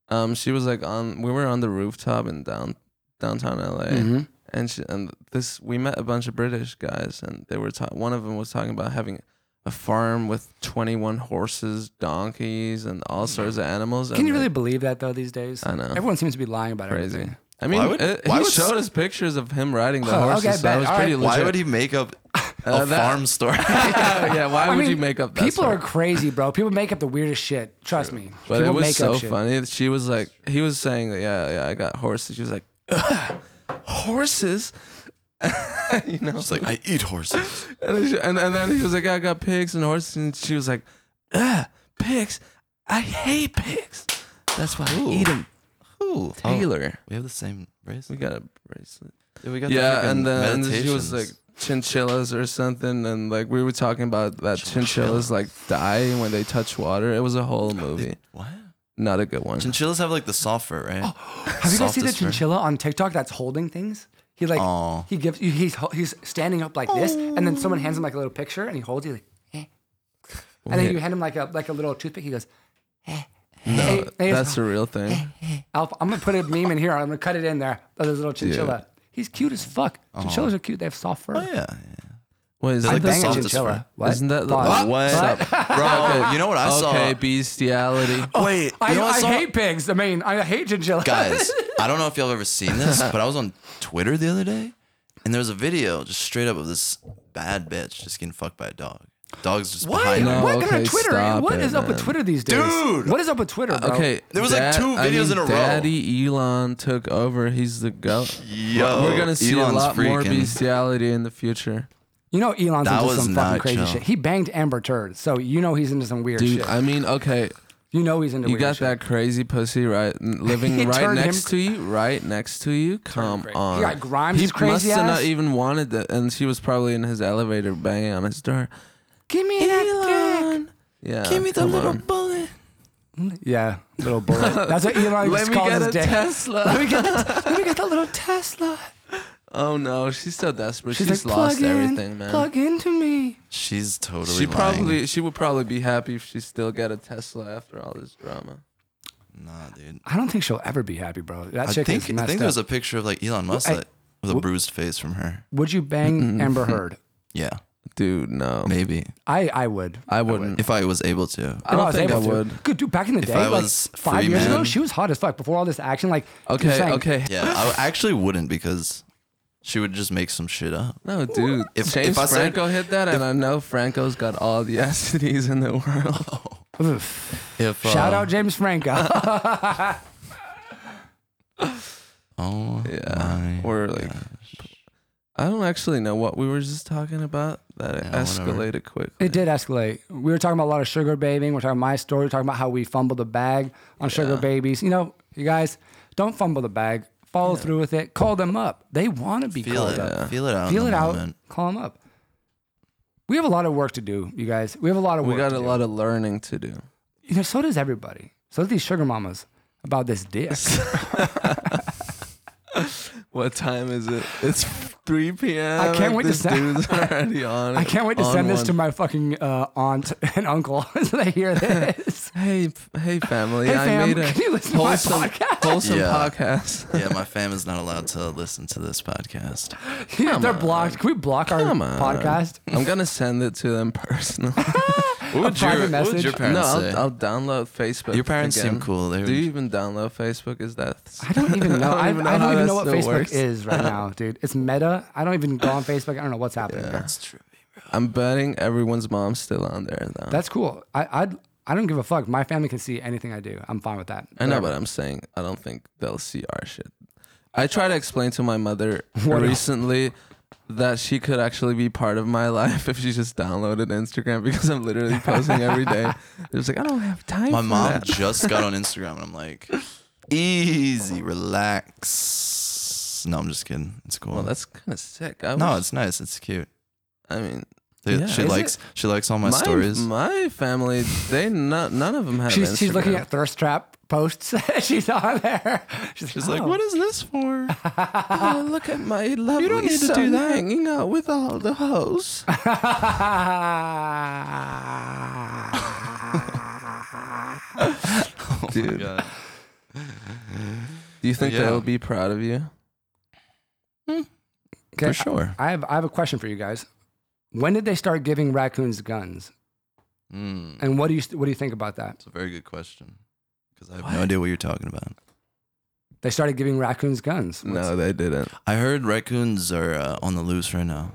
B: Um, she was like on. We were on the rooftop in down downtown LA,
D: Mm-hmm.
B: and she, and this we met a bunch of British guys, and they were ta- one of them was talking about having a farm with 21 horses, donkeys, and all sorts of animals.
D: Can
B: and
D: you
B: they-
D: really believe that though these days?
B: I know.
D: Everyone seems to be lying about
B: crazy.
D: everything.
B: I mean,
C: Why would-
B: it,
C: why
B: he
C: would s-
B: showed us pictures of him riding the
D: Oh,
B: horses.
D: okay,
B: so
D: bet.
B: that was
D: All
B: pretty
D: right.
B: legit.
C: Why would he make up a
B: Uh, that-
C: farm story?
B: yeah, why
D: I
B: would
D: mean,
B: you make up that
D: People
B: story?
D: are crazy, bro. People make up the weirdest shit. Trust me.
B: But
D: people
B: it was
D: make
B: so
D: up shit.
B: funny. She was like, he was saying, that, yeah, yeah, I got horses. She was like, "Ugh, horses? you know?
C: It's like I eat horses.
B: And, then she- and, and then he was like, I got pigs and horses. And she was like, Ugh, pigs? I hate pigs. That's why I eat them.
C: Ooh,
B: Oh. Taylor.
C: Oh, we have the same race.
B: We got a bracelet.
C: we got
B: Yeah, and then and then she was like chinchillas or something, and like we were talking about that chinchillas like die when they touch water. It was a whole movie,
C: what?
B: not a good one.
C: Chinchillas have like the soft fur, right?
D: Have you guys seen the
C: Softest fur.
D: chinchilla on TikTok that's holding things? He like
B: Oh.
C: Aw.
D: he gives he's ho- he's standing up like this, and then someone hands him like a little picture, and he holds you like, eh. and then you hand him like a like a little toothpick. He goes, eh. No,
B: That's a real thing.
D: i am gonna put a meme in here. I'm gonna cut it in there. Of this little chinchilla. He's cute as fuck.
B: Oh.
D: Chinchillas are cute. They have soft fur.
C: Oh yeah.
B: Wait, is that
C: like
B: the
C: the
D: Bang a
B: song?
C: softest
D: chinchilla.
C: fur.
D: What?
B: Isn't that the
D: Pause.
B: what? Stop.
C: Bro, you know what I saw?
B: Okay, bestiality.
C: Wait,
D: I,
C: you know what
D: I
C: saw?
D: hate pigs. I mean, I hate chinchilla.
C: guys, I don't know if y'all have ever seen this, but I was on Twitter the other day, and there was a video just straight up of this bad bitch just getting fucked by a dog. Dogs just
D: What?
C: behind
B: No,
C: her.
D: what kind
B: okay,
D: of Twitter?
B: stop
D: What is
B: it,
D: up with
B: man.
D: Twitter these days?
C: Dude!
D: What is up with Twitter, bro?
B: Okay,
C: There was, like, two
B: I
C: videos
B: mean,
C: in a row.
B: Daddy Elon took over. He's the goat.
C: Yo,
B: We're gonna see
C: Elon's
B: a lot more
C: freaking-
B: bestiality in the future.
D: You know Elon's
C: That
D: into
C: was
D: some fucking
C: not
D: crazy
C: chill.
D: shit. He banged Amber Turd, so you know he's into some weird
B: Dude,
D: shit.
B: I mean, okay,
D: you know he's into
B: You
D: weird
B: got
D: shit.
B: that crazy pussy right n- living
D: He
B: right
D: turned
B: next
D: him-
B: to you, right next to you. Come
D: crazy.
B: on,
D: He got Grimes'
B: He
D: crazy
B: must have
D: ass.
B: not even wanted that, and she was probably in his elevator banging on his door.
D: Give me that
B: Elon, yeah, come on.
C: bullet.
D: dick. Yeah, little bullet. That's what Elon
B: Let
D: just
B: me
D: calls
B: get
D: his
B: a
D: dick.
B: Tesla.
D: Let me get the, let me get the little Tesla.
B: oh no, she's so desperate. She's,
D: She's, like,
B: lost
D: plug in,
B: everything, man.
D: Plug into me.
C: She's totally.
B: she
C: lying.
B: probably she would probably be happy if she still got a Tesla after all this drama.
C: Nah, dude.
D: I don't think she'll ever be happy, bro. That
C: I
D: chick
C: think
D: is
C: I
D: messed
C: think
D: up.
C: there was a picture of like Elon Musk
D: I-
C: like, with a bruised face from her.
D: Would you bang Amber Heard?
C: Yeah,
B: Dude, no,
C: maybe
D: I I would.
B: I
D: Mm.
B: wouldn't.
C: if I was able to.
B: I don't
D: was
B: think I
D: able to.
B: would.
D: Good dude, back in the day,
C: I
D: like
C: was
D: five
C: free
D: years ago,
C: man-
D: she was hot as fuck. Before all this action, like you were
B: Okay,
D: saying,
B: okay.
C: Yeah, I actually wouldn't because she would just make some shit up.
B: No, dude. If,
C: If-
B: James
C: if I said-
B: Franco hit that, and I know Franco's got all the STDs in the world.
C: If
D: Shout
C: uh,
D: out James Franco.
C: Oh
B: Yeah.
C: my.
B: or like, I don't actually know what we were just talking about. That it
C: Yeah, whatever.
B: escalated quick.
D: It did escalate. We were talking about a lot of sugar babying. We're talking about my story. We're talking about how we fumbled the bag on sugar babies. You know, you guys, don't fumble the bag. Follow through with it. Call them up. They want to be
C: Feel
D: called
C: it.
D: up.
C: Feel it out. in
D: Feel
C: the
D: it out.
C: moment.
D: Call them up. We have a lot of work to do, you guys. We have a lot of work.
B: We got
D: to
B: a
D: do.
B: lot of learning to do.
D: You know, so does everybody. So do these sugar mamas about this dick.
B: what time is it? It's 3 p.m.
D: I can't
B: like,
D: wait to
B: this
D: send-
B: dude's already on.
D: I can't wait to
B: on
D: send this
B: one.
D: to my fucking uh, aunt and uncle so they hear this.
B: Hey, f- hey, family!
D: Hey,
B: I
D: fam,
B: made a
D: can you listen to my
B: wholesome,
D: podcast?
B: wholesome
C: Yeah.
B: podcast.
C: yeah, my fam is not allowed to listen to this podcast.
D: Yeah, they're blocked. Can we block our
B: Come on.
D: podcast?
B: I'm gonna send it to them personally.
C: What would, your,
D: private
C: what would
B: no,
C: your
D: message?
C: parents say?
B: I'll, I'll download Facebook.
C: your parents
B: again.
C: seem cool. They
B: Do you
C: would,
B: even download Facebook? Is that
D: I don't even know. I I don't even know,
B: how that still
D: what Facebook
B: works.
D: is right now, dude. It's Meta. I don't even go on Facebook. I don't know what's happening there.
C: that's true.
B: I'm betting everyone's mom's still on there though.
D: That's cool. I I'd, I don't give a fuck. My family can see anything I do. I'm fine with that.
B: I know, but I'm saying I don't think they'll see our shit. I tried to explain to my mother
D: What else?
B: recently that she could actually be part of my life if she just downloaded Instagram because I'm literally posting every day. It was like I don't have time.
C: My
B: for
C: mom
B: that.
C: just got on Instagram, and I'm like, easy, relax. No, I'm just kidding. It's cool.
B: Well, that's kind of sick. I
C: no,
B: wish-
C: it's nice. It's cute.
B: I mean,
C: They-
B: Yeah.
C: she
D: Is
C: likes she likes all my,
B: my
C: stories.
B: My family, they not none of them have.
D: She's, she's looking
B: Instagram.
D: at thirst trap posts. she's on there. She's, "Oh."
C: She's like, what is this for?
B: Oh, look at my lovely
C: don't need to do
B: son
C: that.
B: hanging out with all the hoes. Dude,
C: Oh God.
B: do you think
C: Yeah.
B: they'll be proud of you?
D: Okay,
C: For sure.
D: I have I have a question for you guys. When did they start giving raccoons guns?
C: Mm,
D: And what do you what do you think about that?
C: it's a very good question because I have
B: What?
C: no idea what you're talking about.
D: They started giving raccoons guns.
B: No, they didn't.
C: I heard raccoons are uh, on the loose right now.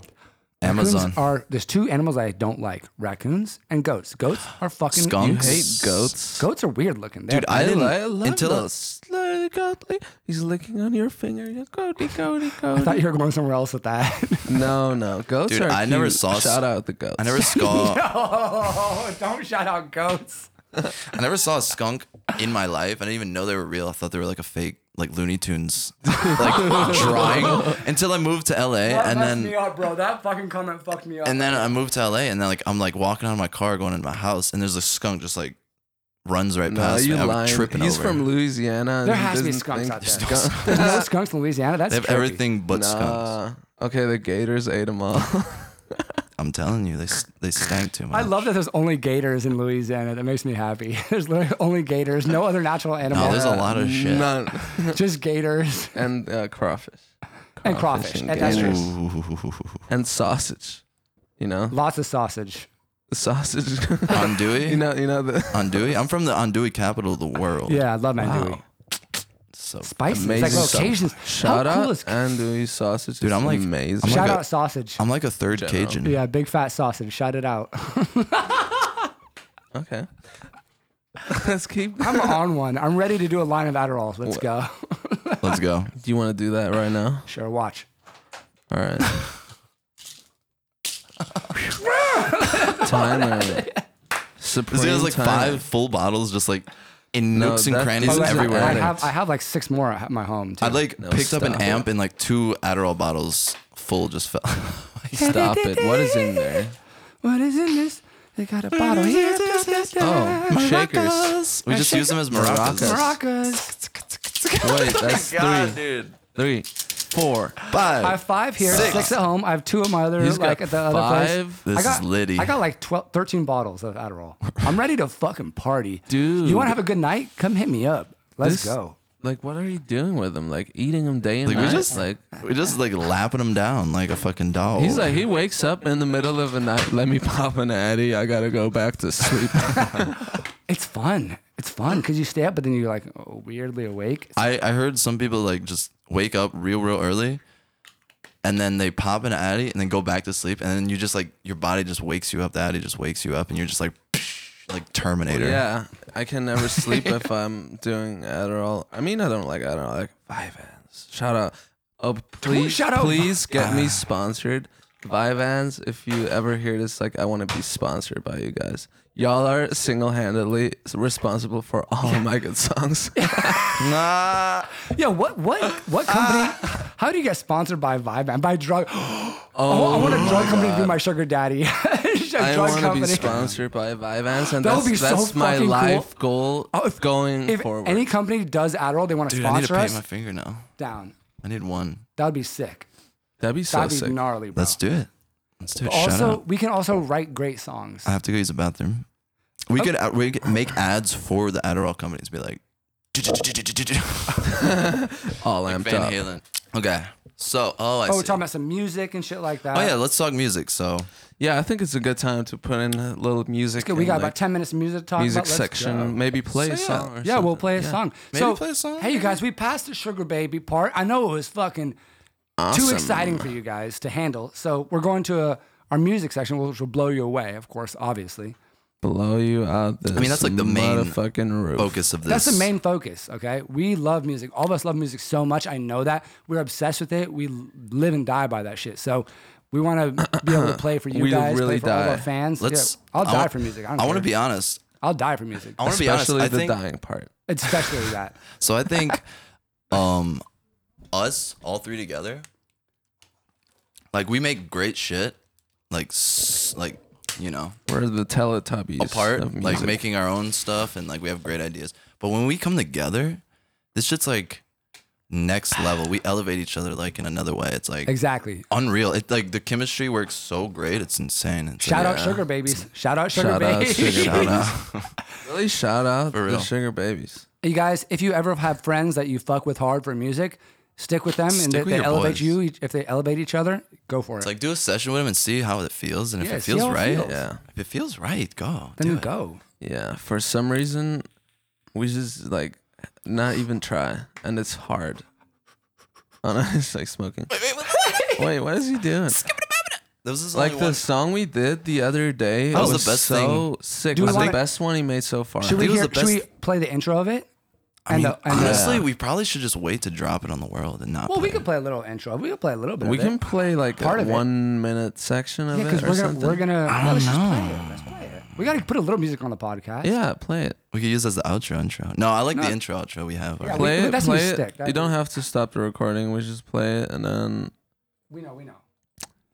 D: Raccoons
C: Amazon.
D: are there's two animals I don't like: raccoons and goats. Goats are fucking
B: You
C: Skunks?
B: hate goats.
D: Goats are weird looking. They're,
C: Dude, I didn't
B: li- I love
C: until
B: those. Slowly, goatly. He's licking on your finger. You're Goaty, goaty,
D: I thought
B: goaty.
D: you were going somewhere else with that.
B: No, no, goats
C: Dude,
B: are.
C: I never
B: cute.
C: saw s-
B: Shout out the goats.
C: I never saw
D: oh, don't shout out goats.
C: I never saw a skunk in my life. I didn't even know they were real. I thought they were like a fake like Looney Tunes like drawing until I moved to LA and then
D: up, bro. That fucking comment fucked me up.
C: and then I moved to LA and then like I'm like walking out of my car going into my house and there's a skunk just like runs right
B: No,
C: past
B: you
C: me. I'm
B: lying.
C: tripping
B: He's
C: over.
B: from Louisiana. and
D: There
B: he
D: has to be
B: doesn't
D: skunks
B: think-
D: out
B: There's no-
D: there. There's no skunks in Louisiana. That's
C: they have
D: trippy.
C: everything but skunks.
B: Nah. Okay, the gators ate them all.
C: I'm telling you, they s- they stank too much.
D: I love that there's only gators in Louisiana. That makes me happy. There's literally only gators, no other natural animal.
C: No, there's a lot of shit.
B: None.
D: just gators
B: And uh, crawfish.
D: and crawfish.
B: and
D: And that's
B: gators.
D: true.
B: And sausage. You know?
D: Lots of sausage.
B: Sausage.
C: Andouille.
B: you know, you know the
C: Andouille. I'm from the Andouille capital of the world.
D: Yeah, I love andouille.
B: Wow.
C: So
D: Spicy. it's
B: Amazing
D: like locations.
B: shout
D: How cool
B: out
D: is-
B: Andouille sausage.
C: Dude,
B: is
C: I'm like-
B: amazing.
C: I'm
D: shout
C: like a-
D: out sausage.
C: I'm like a third Cajun.
D: yeah, big fat sausage. Shout it out.
B: okay. Let's keep. Do
D: I'm on one. I'm ready to do a line of Adderall. Let's go.
C: Let's go.
B: you want to do that right now?
D: Sure, watch.
B: All right. timer. Supreme
C: This guy has like
B: timer.
C: five full bottles, just like in
B: No,
C: nooks
B: that-
C: and crannies
B: It's
D: Listen,
C: everywhere.
D: I
C: I,
D: have I have like six more at my home too.
C: like
B: No,
C: picked up an
B: stop it.
C: amp and like two Adderall bottles full just fell.
B: Stop it. What is in there?
D: what is in this? They got a bottle here.
B: Oh, shakers.
C: Maracas. We just use them as maracas.
D: Maracas.
B: Wait, that's
C: God,
B: three,
C: dude.
B: three, four.
D: I
C: Five.
D: have five here, six,
C: Six.
D: at home. I have two at my other,
B: He's
D: like
B: got
D: at the other place.
B: five.
C: This
D: I got,
C: is Liddy.
D: I got like 12, 13 bottles of Adderall. I'm ready to fucking party.
B: Dude.
D: You want to have a good night? Come hit me up. Let's
B: This-
D: go.
B: Like, what are you doing with them? Like, eating them day and
C: like we
B: night.
C: just
B: like,
C: like we just like lapping them down like a fucking doll.
B: he's like, he wakes up in the middle of the night. Let me pop an addy. I gotta go back to sleep.
D: It's fun. It's fun because you stay up, but then you're like oh, weirdly awake.
C: I, I heard some people like just wake up real real early and then they pop an addy and then go back to sleep and then you just like your body just wakes you up the addy just wakes you up and you're just like like terminator
B: yeah, I can never sleep if I'm doing Adderall. I mean, I don't like Adderall. I Like Vyvanse. Shout out. Oh, please,
D: shout out
B: please get me sponsored. Vyvanse, if you ever hear this, like I want to be sponsored by you guys. Y'all are single-handedly responsible for all of my good songs.
C: nah
D: Yeah, what what what company? how do you get sponsored by Vibe by drug? Oh, I want a drug company to be my sugar daddy.
B: I
D: I
B: want to be sponsored by Vyvanse, and
D: That would
B: that's,
D: be so
B: that's my
D: fucking cool.
B: life goal going
D: If
B: forward.
D: any company does Adderall, they want to
C: dude i need to
D: sponsor
C: paint
D: us
C: my finger now
D: down.
C: i need one
D: That would be sick.
B: That'd be so
D: That'd be
B: sick.
D: gnarly, bro.
C: Let's do it. Let's do it. Shout
D: also,
C: out.
D: we can also write great songs.
C: I have to go use the bathroom. We
D: Oh.
C: could out- we could make ads for the Adderall companies. Be like,
B: All
C: like
B: amped
C: Van
B: up.
C: Halen. Okay. So, oh, I
D: oh,
C: see.
D: we're talking about some music and shit like that.
C: oh yeah, let's talk music. So,
B: Yeah, I think it's a good time to put in a little music.
D: Good, we
B: and,
D: got
B: like,
D: about 10 minutes of music to talk
B: music
D: about. Let's
B: section.
D: go.
B: Maybe play
C: So,
B: a
C: yeah.
B: song. Or
D: Yeah, we'll
B: something.
D: play a
B: Yeah.
D: song.
C: Maybe
D: so,
C: play a song,
D: Hey, you
C: yeah.
D: guys, we passed the Sugar Baby part. I know it was fucking too
B: Awesome.
D: exciting for you guys to handle. So, we're going to uh our music section, which will blow you away, of course, obviously.
B: Blow you out. This
C: I mean, that's like the main
B: motherfucking roof.
C: focus of this.
D: That's the main focus, okay? We love music. All of us love music so much. I know that. We're obsessed with it. We l- live and die by that shit. So, we want to be able to play for you
B: We
D: guys,
B: really
D: play for all of our
B: die.
D: fans.
C: Let's.
D: Yeah, I'll die
C: wa-
D: for music. I,
C: I want to be honest.
D: I'll die for music.
C: I want to be honest.
B: Especially
C: I
B: the
C: think
B: dying part.
D: Especially that.
C: so. I think, um, us all three together, like we make great shit. Like, s- like you know,
B: We're the Teletubbies
C: apart,
B: of
C: like
B: music.
C: making our own stuff, and like we have great ideas. But when we come together, this shit's like next level. We elevate each other like in another way. It's like
D: Exactly.
C: unreal. It like the chemistry works so great. It's insane. It's
D: Shout
C: like,
D: out Sugar Babies. Shout out Sugar
B: Shout out
D: Babies.
B: Sugar
C: Shout out.
B: really shout out
C: For
B: the
C: real.
B: Sugar Babies.
D: You guys, if you ever have friends that you fuck with hard for music, stick with them and
C: Stick
D: if
C: with
D: they
C: your
D: elevate
C: boys.
D: you. If they elevate each other, go for it.
C: It's like do a session with him and see how it feels, and if
D: Yeah,
C: it
D: see
C: feels
D: how it
C: right,
D: feels.
B: Yeah.
C: if it feels right, go.
D: then
C: do
D: you
C: it.
D: go.
B: Yeah. For some reason, we just like not even try, and it's hard. Oh no, it's like smoking.
C: Wait, wait, wait, wait.
B: Wait, what is he doing?
C: This is
B: Like
C: only
B: the
C: one-
B: song we did the other day. That
C: was
B: was,
C: the best
B: so sick. It
D: Do we
B: was the
D: wanna-
B: best one he made so far.
D: Should we,
C: think it was
D: hear,
C: the
D: should we
C: best-
D: play the intro of it?
C: I mean,
D: the- and the-
C: honestly, we probably should just wait to drop it on the world and not.
D: Well, we
C: play
D: could play a little intro. We could play a little bit.
B: we
D: of
B: can
D: It.
B: play like
D: Part
B: a
D: of it.
B: one minute section of
D: Yeah,
B: it
D: because
B: or
D: we're gonna
B: something.
D: we're gonna.
C: I
D: no,
C: don't
D: let's just play
C: know.
D: it. Let's play it. We gotta put a little music on the podcast.
B: yeah, play it.
C: it. We could use as the outro intro. No, I like
D: No.
C: the intro outro we have.
D: Yeah,
C: already.
B: Play
D: we-
B: it.
D: that's
B: Play
D: gonna
B: it.
D: stick. That-
B: you don't have to stop the recording. We just play it and then
D: We know. We know.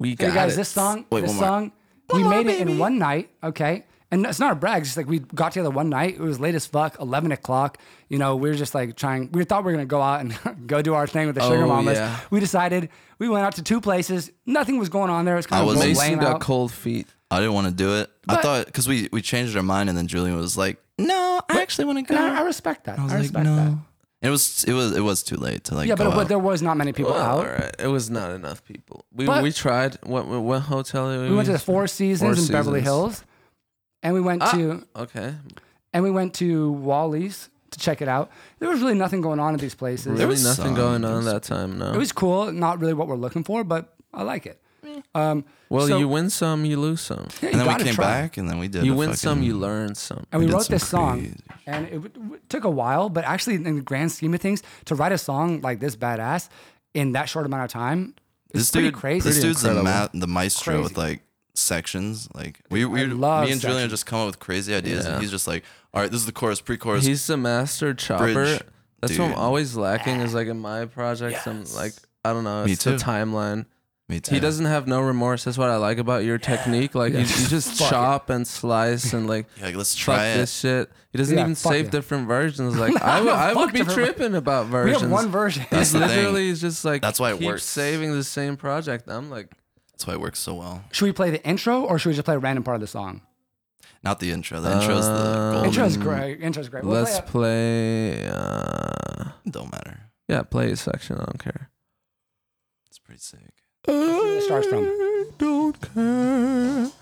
B: we
D: Hey
B: got
D: guys,
B: it.
D: this song,
C: Wait,
D: this
C: one more.
D: song, we made it in one night. Okay, and it's not a brag. It's just like we got together one night. It was late as fuck, eleven o'clock. You know, we were just like trying. We thought we were gonna go out and go do our thing with the sugar
B: Oh,
D: mamas.
B: yeah.
D: We decided we went out to two places. Nothing was going on there. It was kind
C: I
D: of
C: was-
D: lame
B: Mason got
D: out.
B: cold feet.
C: I didn't want to do it. I thought because we we changed our mind, and then Julian was like, "No, I actually want to go."
D: And I, I respect that. I,
C: was
D: respect
C: like, "No."
D: that.
C: It was it was it was too late to like.
D: Yeah,
C: go
D: but, but
C: out.
D: there was not many people
B: Well,
D: out.
B: all right. It was not enough people. We
D: But-
B: we tried. What what, what hotel? Did we,
D: We went to the
B: use?
D: Four Seasons
B: Four
D: in Beverly
B: Seasons.
D: Hills, and we went to
B: Okay.
D: and we went to Wally's to check it out. There was really nothing going on at these places.
B: There
C: was
B: was nothing
C: some-
B: going
C: there
B: on
C: was-
B: that time. No.
D: It was cool. Not really what we're looking for, but I like it. Um,
B: well,
D: so-
B: you win some, you lose some.
D: yeah, you
C: and then
D: gotta
C: we came
D: try.
C: back, and then we did.
B: You
C: a
B: win some,
C: fucking-
B: you learn some.
D: and we
C: did
D: wrote
C: some
D: this song,
C: crazy
D: and it w- w- took a while, but actually, in the grand scheme of things, to write a song like this badass in that short amount of time, it's
C: this
D: pretty
C: dude,
D: crazy.
C: This dude's the, ma-
B: incredible.
C: the maestro with
D: Crazy.
C: like sections. Like we, we me
D: love
C: and Julian
D: sections.
C: just come up with crazy ideas,
B: Yeah.
C: and he's just like, "All right, this is the chorus, pre-chorus."
B: He's the master chopper.
C: Bridge,
B: That's what I'm
C: dude.
B: always lacking is like in my projects. I'm like I don't know.
C: Me
B: It's
C: too.
B: the timeline.
C: Me too.
B: He doesn't have no remorse. That's what I like about your technique. Like you, you just
D: Fuck it.
B: chop and slice and like
C: Yeah, like, let's
B: fuck
C: try
B: this
C: it.
B: shit. He doesn't
D: Yeah,
B: even
D: fuck
B: save
D: yeah.
B: different versions. Like I would, I
D: Fuck
B: would be
D: different ver-
B: tripping about
D: we
B: versions.
D: have one version.
C: That's the thing.
B: Literally, it's just like
C: That's why it
B: keep
C: works.
B: saving the same project. I'm like,
C: That's why it works so well.
D: should we play the intro or should we just play a random part of the song?
C: Not the intro. The intro's the
B: Um,
C: golden.
D: Intro is great. Intro is great. We'll
B: let's
D: play a-
B: play. Uh,
C: Don't matter.
B: yeah, play a section. I don't care.
C: It's pretty sick.
D: it starts from.
B: I don't care.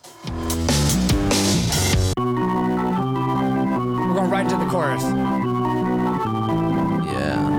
D: we're going right into the chorus.
B: Yeah.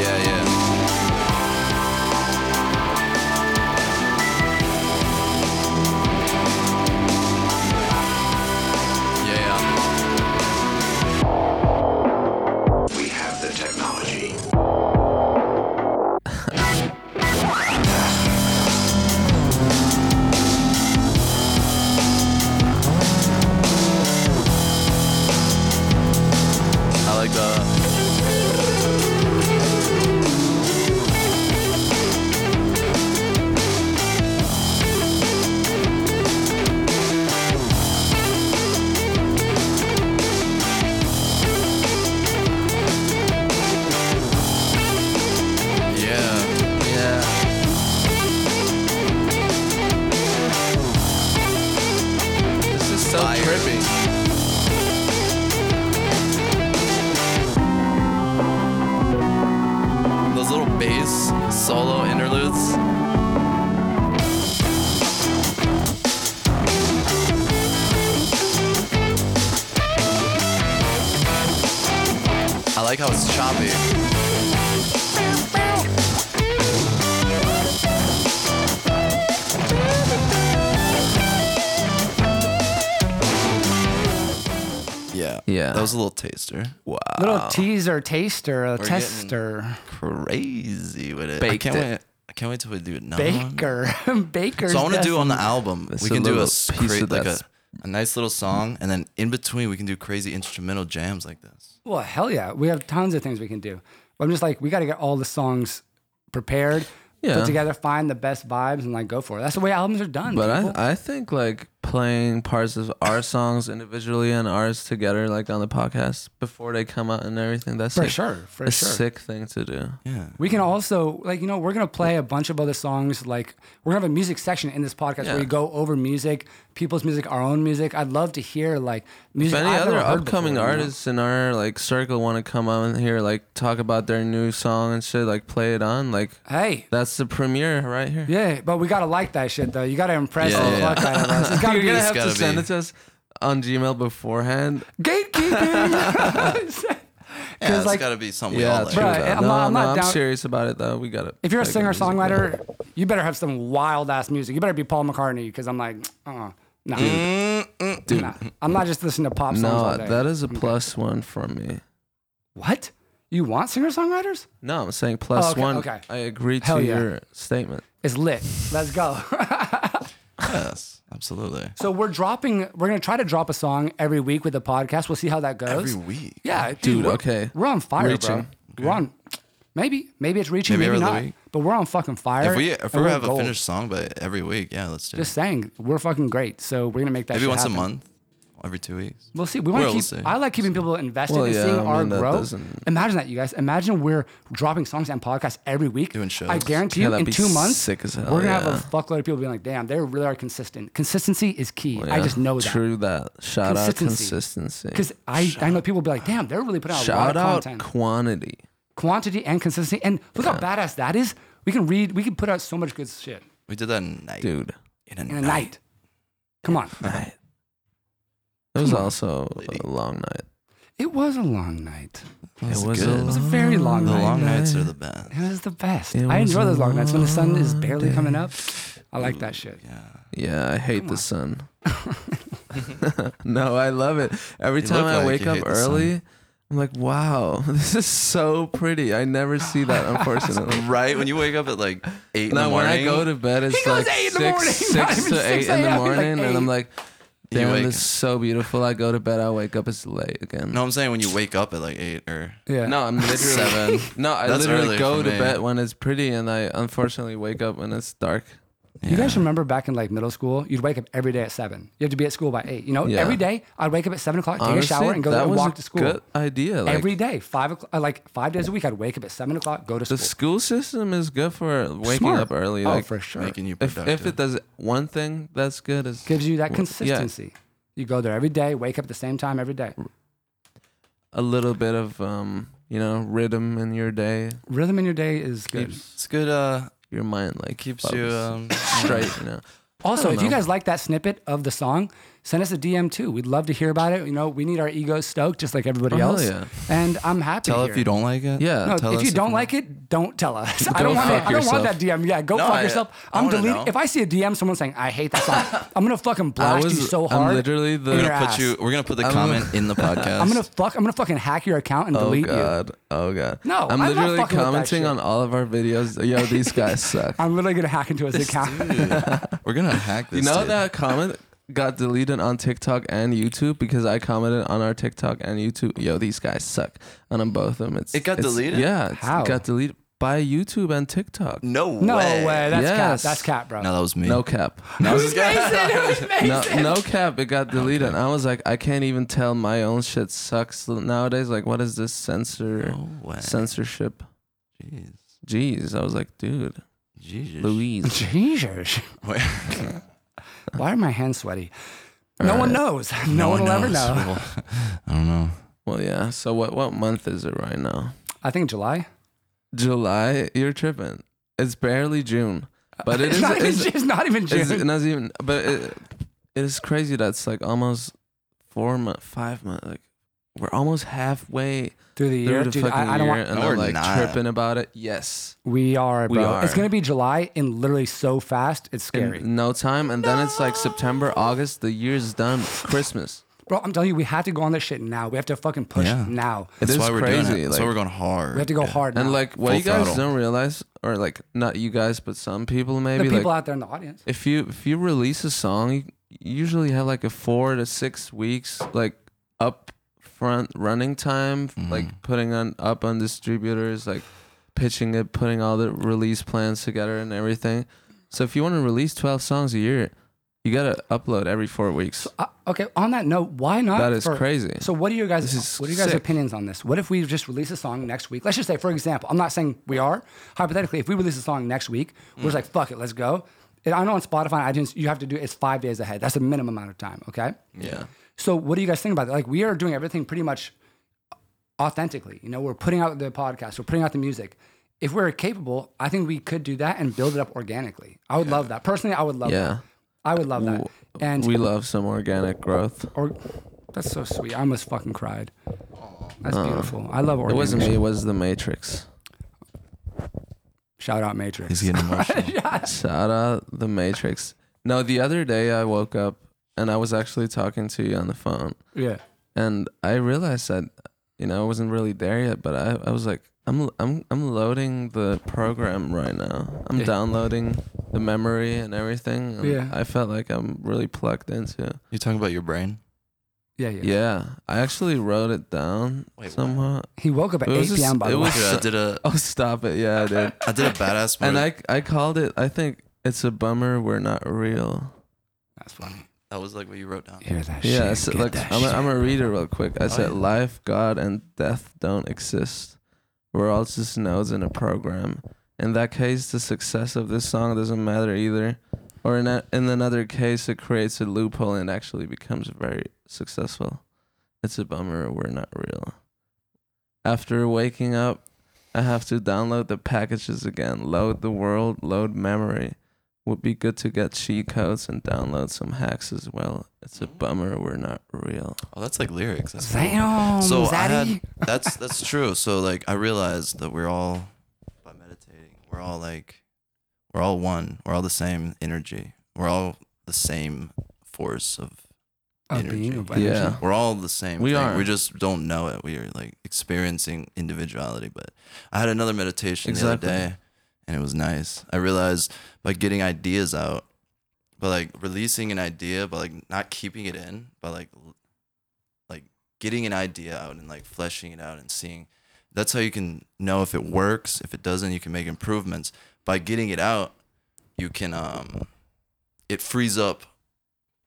C: Yeah, yeah. Yeah,
A: We have the technology.
C: solo interludes. I like how it's choppy. Yeah.
B: Yeah.
C: That was a little taster. Wow.
D: Little teaser, taster, a
C: getting-
D: tester,
C: Crazy with it. I
B: Baked
C: can't
B: it.
C: wait. I can't wait till we do it.
D: baker, baker.
C: So I want to do on the album.
B: It's
C: we
B: a
C: can do a
B: little
C: s-
B: piece
C: create
B: of
C: like a,
B: that.
C: a nice little song, and then in between we can do crazy instrumental jams like this.
D: Well, hell yeah, we have tons of things we can do. But I'm just like, we got to get all the songs prepared,
B: Yeah.
D: put together, find the best vibes, and like go for it. That's the way albums are done.
B: But
D: people.
B: I, I think like playing parts of our songs individually and ours together, like on the podcast before they come out and everything, that's
D: for
B: like
D: sure, for
B: a
D: sure.
B: sick thing to do.
C: Yeah.
D: We can also like you know we're gonna play a bunch of other songs. Like we're gonna have a music section in this podcast where
B: Yeah.
D: we go over music, people's music, our own music. I'd love to hear like
B: If
D: music.
B: any
D: I've
B: other
D: never heard
B: upcoming
D: before, you know?
B: artists in our like circle want to come out here, like talk about their new song and shit, like play it on, like
D: Hey.
B: that's the premiere right here.
D: Yeah, but we gotta like that shit though. You gotta impress
C: Yeah,
D: the
C: yeah.
D: fuck out of us. It's
B: You're
D: gotta be
B: gonna
C: it's
B: have to
C: gotta
B: send
C: be.
B: it to us on Gmail beforehand.
D: gatekeeping.
C: Yeah,
D: Because
C: it's
D: like,
C: gotta be something
B: Yeah,
C: we all like.
B: true.
D: Bruh,
B: though.
D: I'm
B: no,
D: not- I'm
B: no,
D: not
B: I'm
D: down-
B: serious about it though. We got it.
D: if you're a singer songwriter, you better have some wild ass music. You better be Paul McCartney because I'm like, uh, no, nah. I'm not just listening to pop songs all
B: no,
D: day.
B: that is a plus one from me.
D: what? You want singer songwriters?
B: No, I'm saying plus
D: Oh, okay,
B: one.
D: okay.
B: I agree to
D: Hell yeah.
B: your statement.
D: It's lit. Let's go.
C: Yes, absolutely.
D: So we're dropping. We're gonna try to drop a song every week with the podcast. We'll see how that goes.
C: Every week.
D: Yeah, dude.
B: Dude,
D: we're,
B: okay.
D: We're on fire, bro.
B: Reaching.
D: We're on. Maybe, maybe it's reaching.
C: Maybe
D: Maybe,
C: every other
D: not.
C: week.
D: But we're on fucking fire.
C: If we if
D: and
C: we
D: we're
C: have a
D: gold.
C: finished song by every week, yeah, let's do
D: just
C: it.
D: saying, we're fucking great. So we're gonna make that.
C: Maybe
D: shit
C: once
D: happen.
C: a month, every two weeks.
D: We'll see. We want to
C: We'll
D: keep.
C: see.
D: I like keeping people invested
B: Well,
D: and
B: yeah,
D: seeing
B: I
D: our
B: mean, that
D: growth.
B: doesn't-
D: Imagine that, you guys. Imagine we're dropping songs and podcasts every week.
C: Doing shows.
D: I guarantee
B: Yeah,
D: you, in
B: that'd be
D: two months,
B: sick as hell,
D: we're gonna have
B: yeah.
D: a fuckload of people being like, "Damn, they really are consistent. Consistency is key. I
B: Yeah,
D: just know that."
B: True that. Shout
D: Consistency.
B: out
D: Because
B: consistency.
D: I, I know people will be like, damn, they're really putting out
B: Shout
D: a lot
B: out
D: of content.
B: quantity.
D: Quantity and consistency. And look how badass that is. We can read, we can put out so much good shit
C: We did that in a night.
B: Dude.
C: In a
D: in a
C: night.
D: night. Come on.
B: It was also
C: lady.
B: a long night.
D: It was a long night.
C: That's
B: it was
C: good.
B: a
D: It was a very long
C: The
D: night.
C: long nights are the best.
D: It was the best.
B: It
D: I
B: was
D: enjoy
B: a
D: those long nights when the sun is
B: long
D: barely
B: day.
D: coming up. I like that shit.
C: Yeah.
B: Yeah, I hate the sun. no, I love it. Every
C: You
B: time
C: look
B: I
C: like
B: wake
C: you
B: up
C: hate the sun.
B: early, I'm like, wow, this is so pretty. I never see that, unfortunately.
C: Right when you wake up at like eight in
B: No,
C: the
B: when
C: morning.
B: I go to bed, it's
D: goes
B: like
D: eight in
B: six,
D: the morning, not
B: six
D: even
B: to
D: 6
B: eight in the
D: a.m., he's like
B: morning, and I'm
D: eight.
B: like,
C: You
B: damn,
C: wake-
B: this is so beautiful. I go to bed, I wake up, it's late again.
C: no, I'm saying when you wake up at like eight or
D: Yeah.
B: No, I'm literally
C: Seven.
B: No, I
C: That's
B: literally
C: early
B: go
C: for
B: to
C: me.
B: bed when it's pretty, and I unfortunately wake up when it's dark.
D: You guys remember back in like middle school, you'd wake up every day at seven. You have to be at school by eight. You know,
B: Yeah.
D: every day I'd wake up at seven o'clock, take a shower, and go
B: that
D: and
B: was
D: walk
B: a
D: to school.
B: Good idea. Like,
D: every day, five o'clock, uh, like five days a week, I'd wake up at seven o'clock, go to
B: the school
D: school.
B: system is good for waking
D: Smart.
B: up early.
D: Oh,
B: Like,
D: for sure.
C: making you
B: if,
C: productive.
B: if it does one thing that's good, is
D: Gives you that consistency. You go there every day, wake up at the same time every day.
B: a little bit of um, you know, rhythm in your day,
D: Rhythm in your day is good.
B: keeps
C: it's good. Uh,
B: your mind like
C: keeps
B: focused.
C: you um,
B: straight. You know,
D: Also,
B: don't
D: if you
B: know.
D: guys like that snippet of the song, send us a DM too. We'd love to hear about it. You know, we need our egos stoked just like everybody
B: Oh, hell
D: else.
B: yeah.
D: And I'm happy.
C: Tell
D: to
C: if
D: hear
C: you
D: it.
C: don't like it.
B: yeah.
D: No,
C: tell
D: if
C: us
D: you
C: if
D: don't
C: you-
D: like it, don't tell us. I
B: Go
D: don't want. it.
B: fuck
D: I don't want
B: yourself.
D: that DM. Yeah, go
C: No,
D: fuck
C: I-
D: yourself.
C: I
D: I'm
C: wanna
D: deleting.
C: know.
D: If I see a DM, someone saying I hate that song, I'm gonna fucking
B: I
D: blast you
B: was.
D: so hard.
B: I'm literally the.
D: in
C: We're
D: your
C: gonna
D: ass.
C: put you. We're gonna put the
B: I'm gonna-
C: comment in the podcast.
D: I'm gonna fuck. I'm gonna fucking hack your account and
B: Oh
D: delete you.
B: god! Oh god!
D: No,
B: I'm
D: I'm not
B: literally
D: fucking with that
B: commenting
D: shit.
B: on all of our videos. Yo, these guys suck.
D: I'm literally gonna hack into his account.
C: Dude, we're gonna hack this.
B: You know
C: dude.
B: that comment got deleted on TikTok and YouTube because I commented on our TikTok and YouTube. Yo, these guys suck. And on both of them, it's
C: It got
B: it's-
C: deleted?
B: Yeah, it's-
D: How?
B: it got deleted by YouTube and TikTok.
C: No
D: No way. That's
B: Yes.
D: cap. That's cap, bro.
C: No, that was me.
B: No cap.
D: Who's Mason? Who's Mason?
B: No, no cap. It got deleted. And I was like, I can't even tell my own shit sucks nowadays. Like, what is this censor
C: No way.
B: censorship?
C: Jeez.
B: Jeez, I was like, dude,
C: Jesus.
B: Louise.
D: Jesus.
C: Wait.
D: Why are my hands sweaty? No one knows. No, one will ever
C: knows.
D: know.
C: Well, I don't know.
B: Well, yeah. So what? What month is it right now?
D: I think July.
B: July. You're tripping. It's barely June, but it
D: it's,
B: is.
D: not
B: it's-
D: even, it's not even June.
B: It's not even, but it, it is crazy that's like almost four month, five month. Like we're almost halfway
D: through the
B: through
D: year,
B: the
D: dude.
B: fucking
D: I, I don't
B: year,
D: want.
B: and
C: No,
B: they're
C: we're
B: like
C: not.
B: tripping about it. Yes,
D: We are,
B: We
D: bro.
B: are.
D: It's gonna be July and literally so fast. It's scary,
B: in no time, and then it's like September, August. The year's done. Christmas.
D: bro. I'm telling you, we have to go on this shit now. We have to fucking push
C: Yeah.
D: now.
C: That's
B: It's
C: why we're
B: crazy.
C: doing it. That's
B: like,
C: why we're going hard.
D: We have to go hard now.
B: and like what
C: Full
B: you guys
C: throttle.
B: don't realize, or like not you guys, but some people
D: the
B: maybe
D: people
B: like
D: out there in the audience.
B: if you if you release a song, you usually have like a four to six weeks like up front running time, like putting on up on distributors, like pitching it, putting all the release plans together and everything. So if you want to release twelve songs a year, you gotta upload every four weeks.
D: Uh, okay. On that note, why not?
B: That is
D: for-
B: crazy.
D: So, what are your guys?
B: is
D: what are your guys'
B: sick.
D: opinions on this? What if we just release a song next week? Let's just say, for example, I'm not saying we are. Hypothetically, if we release a song next week, we're just like, fuck it, let's go. And I know on Spotify and iTunes, you have to do it's five days ahead. That's the minimum amount of time. Okay.
B: Yeah.
D: So, what do you guys think about that? Like, we are doing everything pretty much authentically. You know, we're putting out the podcast, we're putting out the music. If we're capable, I think we could do that and build it up organically. I would love that. Personally, I would love
B: Yeah.
D: that. I would love that.
B: W-
D: Uh, And
B: we love some organic growth.
D: or that's so sweet. I almost fucking cried. That's beautiful. I love
B: It
D: organic.
B: wasn't me, it was the Matrix.
D: Shout out Matrix.
C: He's getting emotional.
B: Shout out the Matrix. No, the other day I woke up and I was actually talking to you on the phone,
D: yeah.
B: and I realized that you know I wasn't really there yet, but I, I was like, I'm I'm I'm loading the program right now. I'm
D: Yeah.
B: downloading the memory and everything. and
D: Yeah.
B: I felt like I'm really plugged into. it.
C: you talking about your brain?
D: Yeah, yeah.
B: Yeah, I actually wrote it down
C: Wait, what?
B: somehow.
D: He woke up at
B: It was just-
D: 8 p.m. by
B: it
D: the way.
B: was-
C: Dude, I did a
B: Oh, stop it! Yeah, I did.
C: I did a badass move.
B: and I I called it. I think it's a bummer we're not real.
D: That's funny.
C: that was like what you wrote down.
D: Hear that shit.
B: Yeah, I said,
D: Get
B: look,
D: that
B: I'm
D: shit.
B: gonna read it real quick. I said,
C: yeah.
B: Life, God, and death don't exist. We're all just nodes in a program. In that case, the success of this song doesn't matter either. Or in, a, in another case, it creates a loophole and actually becomes very successful. It's a bummer we're not real. After waking up, I have to download the packages again, load the world, load memory. Would be good to get cheat codes and download some hacks as well. It's a bummer we're not real.
C: Oh, that's like lyrics. That's
D: Damn,
C: So I
D: Zaddy.
C: had, that's that's true. So like I realized that we're all by meditating, we're all like we're all one. We're all the same energy. We're all the same force of
D: Of
C: energy.
D: being of
C: Yeah.
D: energy.
B: Yeah.
C: we're all the same.
B: We
C: thing.
B: are.
C: We just don't know it. We are like experiencing individuality. But I had another meditation
B: Exactly.
C: the other day, and it was nice. I realized by getting ideas out, by like releasing an idea, by like not keeping it in, by like l- like getting an idea out and like fleshing it out and seeing. That's how you can know if it works. If it doesn't, you can make improvements. By getting it out, you can um, it frees up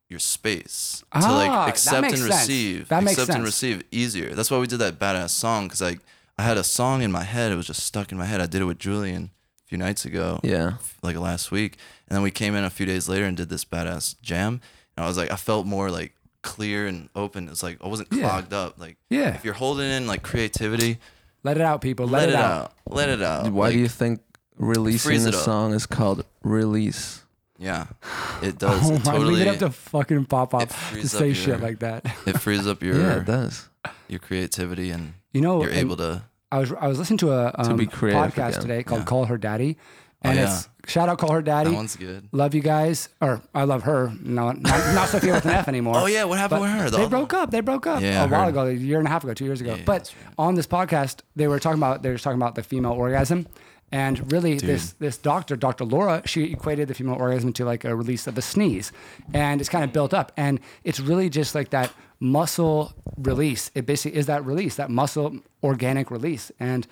C: your space to
D: Ah,
C: like
D: that
C: accept
D: makes
C: and
D: sense.
C: receive.
D: That makes
C: accept and
D: sense.
C: receive easier. That's why we did that badass song because like I had a song in my head. It was just stuck in my head. I did it with Julian a few nights ago,
B: Yeah.
C: like last week, and then we came in a few days later and did this badass jam. And I was like, I felt more like clear and open. It's like I wasn't
D: Yeah.
C: clogged up. Like
D: Yeah.
C: if you're holding in like creativity,
D: Let it out, people.
C: let,
D: Let,
C: it out. Let it out.
B: Why
C: Uh, Like,
B: do you think releasing
C: freeze
B: a
C: it up.
B: song is called release?
C: Yeah, it does.
D: Oh
C: it
D: my,
C: totally.
D: leave it up to fucking pop up
C: it
D: to
C: frees up
D: say shit
C: your-
D: like that.
C: it frees up your
B: Yeah, it does.
C: your creativity and
D: You know,
C: you're
D: Oh, and-
C: able to
D: I was I was listening to a um,
B: be creative
D: podcast
B: again.
D: today called "Call Her Daddy," and
C: yeah.
D: it's shout out "Call Her Daddy."
C: that one's good
D: Love you guys, or I love her. No, not, not Sophia with an F anymore.
C: Oh, yeah, what happened
D: But
C: with her? The
D: They
C: other
D: broke up. They broke up
C: Yeah,
D: a
C: I
D: while
C: heard.
D: ago, a year and a half ago, two years ago.
C: yeah,
D: but
C: that's right.
D: on this podcast, they were talking about they were talking about the female orgasm, and really this this doctor, Dr. Laura, she equated the female orgasm to like a release of a sneeze, and it's kind of built up, and it's really just like that muscle release. It basically is that release, that muscle organic release, and.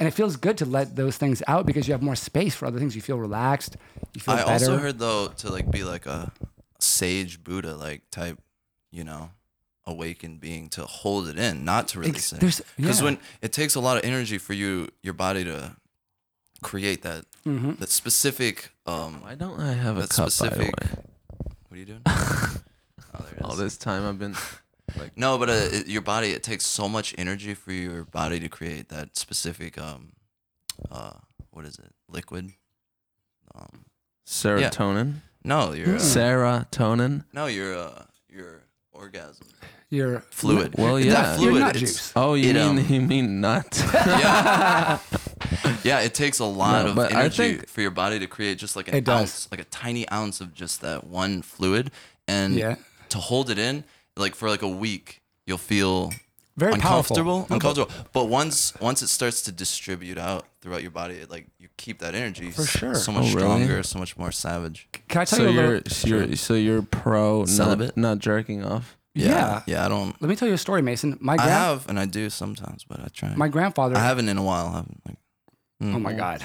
D: And it feels good to let those things out because you have more space for other things. You feel relaxed. You feel
C: I
D: better.
C: also heard though to like be like a sage Buddha like type, you know, awakened being to hold it in, not to release it.
D: there's-
C: Because
D: yeah.
C: when it takes a lot of energy for you, your body to create that
D: Mm-hmm.
C: that specific. Um,
B: Why don't I have a
C: that
B: cup,
C: specific.
B: by the way?
C: What are you doing? oh, there it
B: All
C: is.
B: this time I've been...
C: No, but uh, it, your body it takes so much energy for your body to create that specific um, uh, what is it? Liquid Um,
B: Serotonin.
C: no, you're
D: Hmm.
C: uh,
B: Serotonin.
C: no, you're uh, your orgasm
D: Your
C: fluid.
B: Well,
C: That
B: yeah.
D: Your
C: fluid.
D: nut
C: it's-
D: juice.
B: Oh, you
C: It,
B: mean
C: um,
B: you mean nut?
C: yeah. yeah, it takes a lot
B: No,
C: of
B: but I
C: energy
B: think-
C: for your body to create just like an
D: It does.
C: ounce, like a tiny ounce of just that one fluid, and
D: Yeah.
C: to hold it in, like for like a week, you'll feel
D: Very
C: uncomfortable,
D: powerful.
C: uncomfortable. But once once it starts to distribute out throughout your body, it, like you keep that energy for
D: sure.
C: so much
B: Oh, really?
C: stronger, so much more savage.
D: Can I tell
B: so
D: you a
B: you're,
D: little?
B: so you're so you're pro
C: Celibate?
B: not, not jerking off.
D: Yeah.
C: yeah. I don't.
D: Let me tell you a story, Mason. My
C: I
D: grand,
C: have, and I do sometimes, but I try.
D: my grandfather.
C: I haven't in a while. I haven't like.
D: oh my god.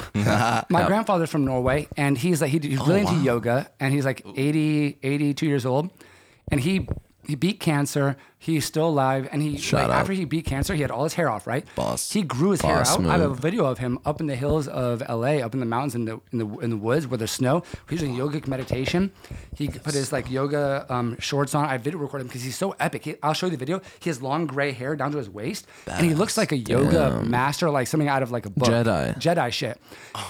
D: my grandfather's from Norway, and he's like he,
C: Oh,
D: he's really into yoga, and he's like 80, 82 years old, and he he beat cancer. He's still alive, and he like,
B: out.
D: after he beat cancer, he had all his hair off, right?
C: Boss.
D: He grew his hair
B: Boss
D: out. I have a
B: move.
D: video of him up in the hills of L.A., up in the mountains in the in the in the woods where there's snow. He's doing yogic meditation. He put his like yoga um, shorts on. I video recorded him because he's so epic. He, I'll show you the video. He has long gray hair down to his waist, and he looks like a yoga master, like something out of like a book.
B: Jedi.
D: Jedi shit.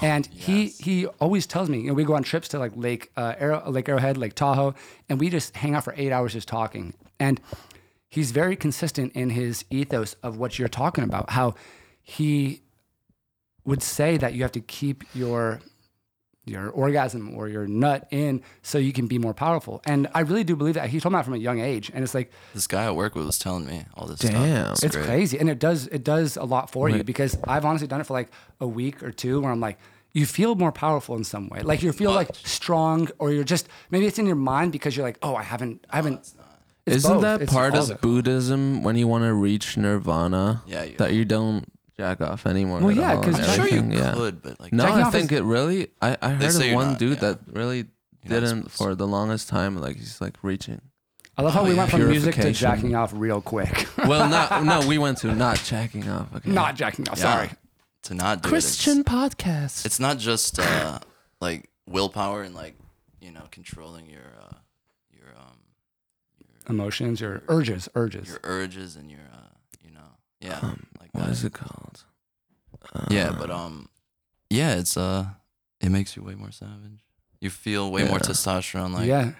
D: and he he always tells me, you know, we go on trips to like Lake uh, Arrow, Lake Arrowhead, Lake Tahoe, and we just hang out for eight hours just talking. And he's very consistent in his ethos of what you're talking about. How he would say that you have to keep your your orgasm or your nut in so you can be more powerful. And I really do believe that. He told me that from a young age, and it's like
C: This guy I work with was telling me all this
B: Damn.
C: stuff.
D: it's
C: great.
D: crazy, and it does it does a lot for you because I've honestly done it for like a week or two, where I'm like, you feel more powerful in some way, like you feel like strong, or you're just maybe it's in your mind because you're like, oh, I haven't, I haven't. it's
B: Isn't
D: both.
B: that
D: It's
B: part
D: all
B: of
D: it.
B: Buddhism when you want to reach nirvana?
C: Yeah, you-
B: that you don't jack off anymore.
D: Well,
B: at
D: yeah,
B: all
D: 'cause
B: and
C: I'm sure you
B: everything, yeah.
C: could, but like
B: No,
D: Jacking
B: I
D: off is-
B: think it really. I, I heard
C: say
B: of
C: you're
B: one
C: not,
B: dude
C: yeah.
B: that really
C: not
B: didn't
C: supposed
B: for the longest time. Like he's like reaching.
D: I love how we went from music to
B: Purification.
D: jacking off real quick.
B: Well, not no. We went to not jacking off. Okay.
D: Not jacking off.
C: yeah,
D: Sorry.
C: Oh, to not do it, it's-
B: Christian podcast.
C: It's not just uh, like willpower and like you know controlling your uh, your um
D: Emotions or urges, urges.
C: your urges and your uh, you know yeah like
B: what
C: that.
B: Um, is it called? Uh,
C: yeah but um yeah it's uh it makes you way more savage. You feel way more
B: Yeah.
C: testosterone like
D: yeah.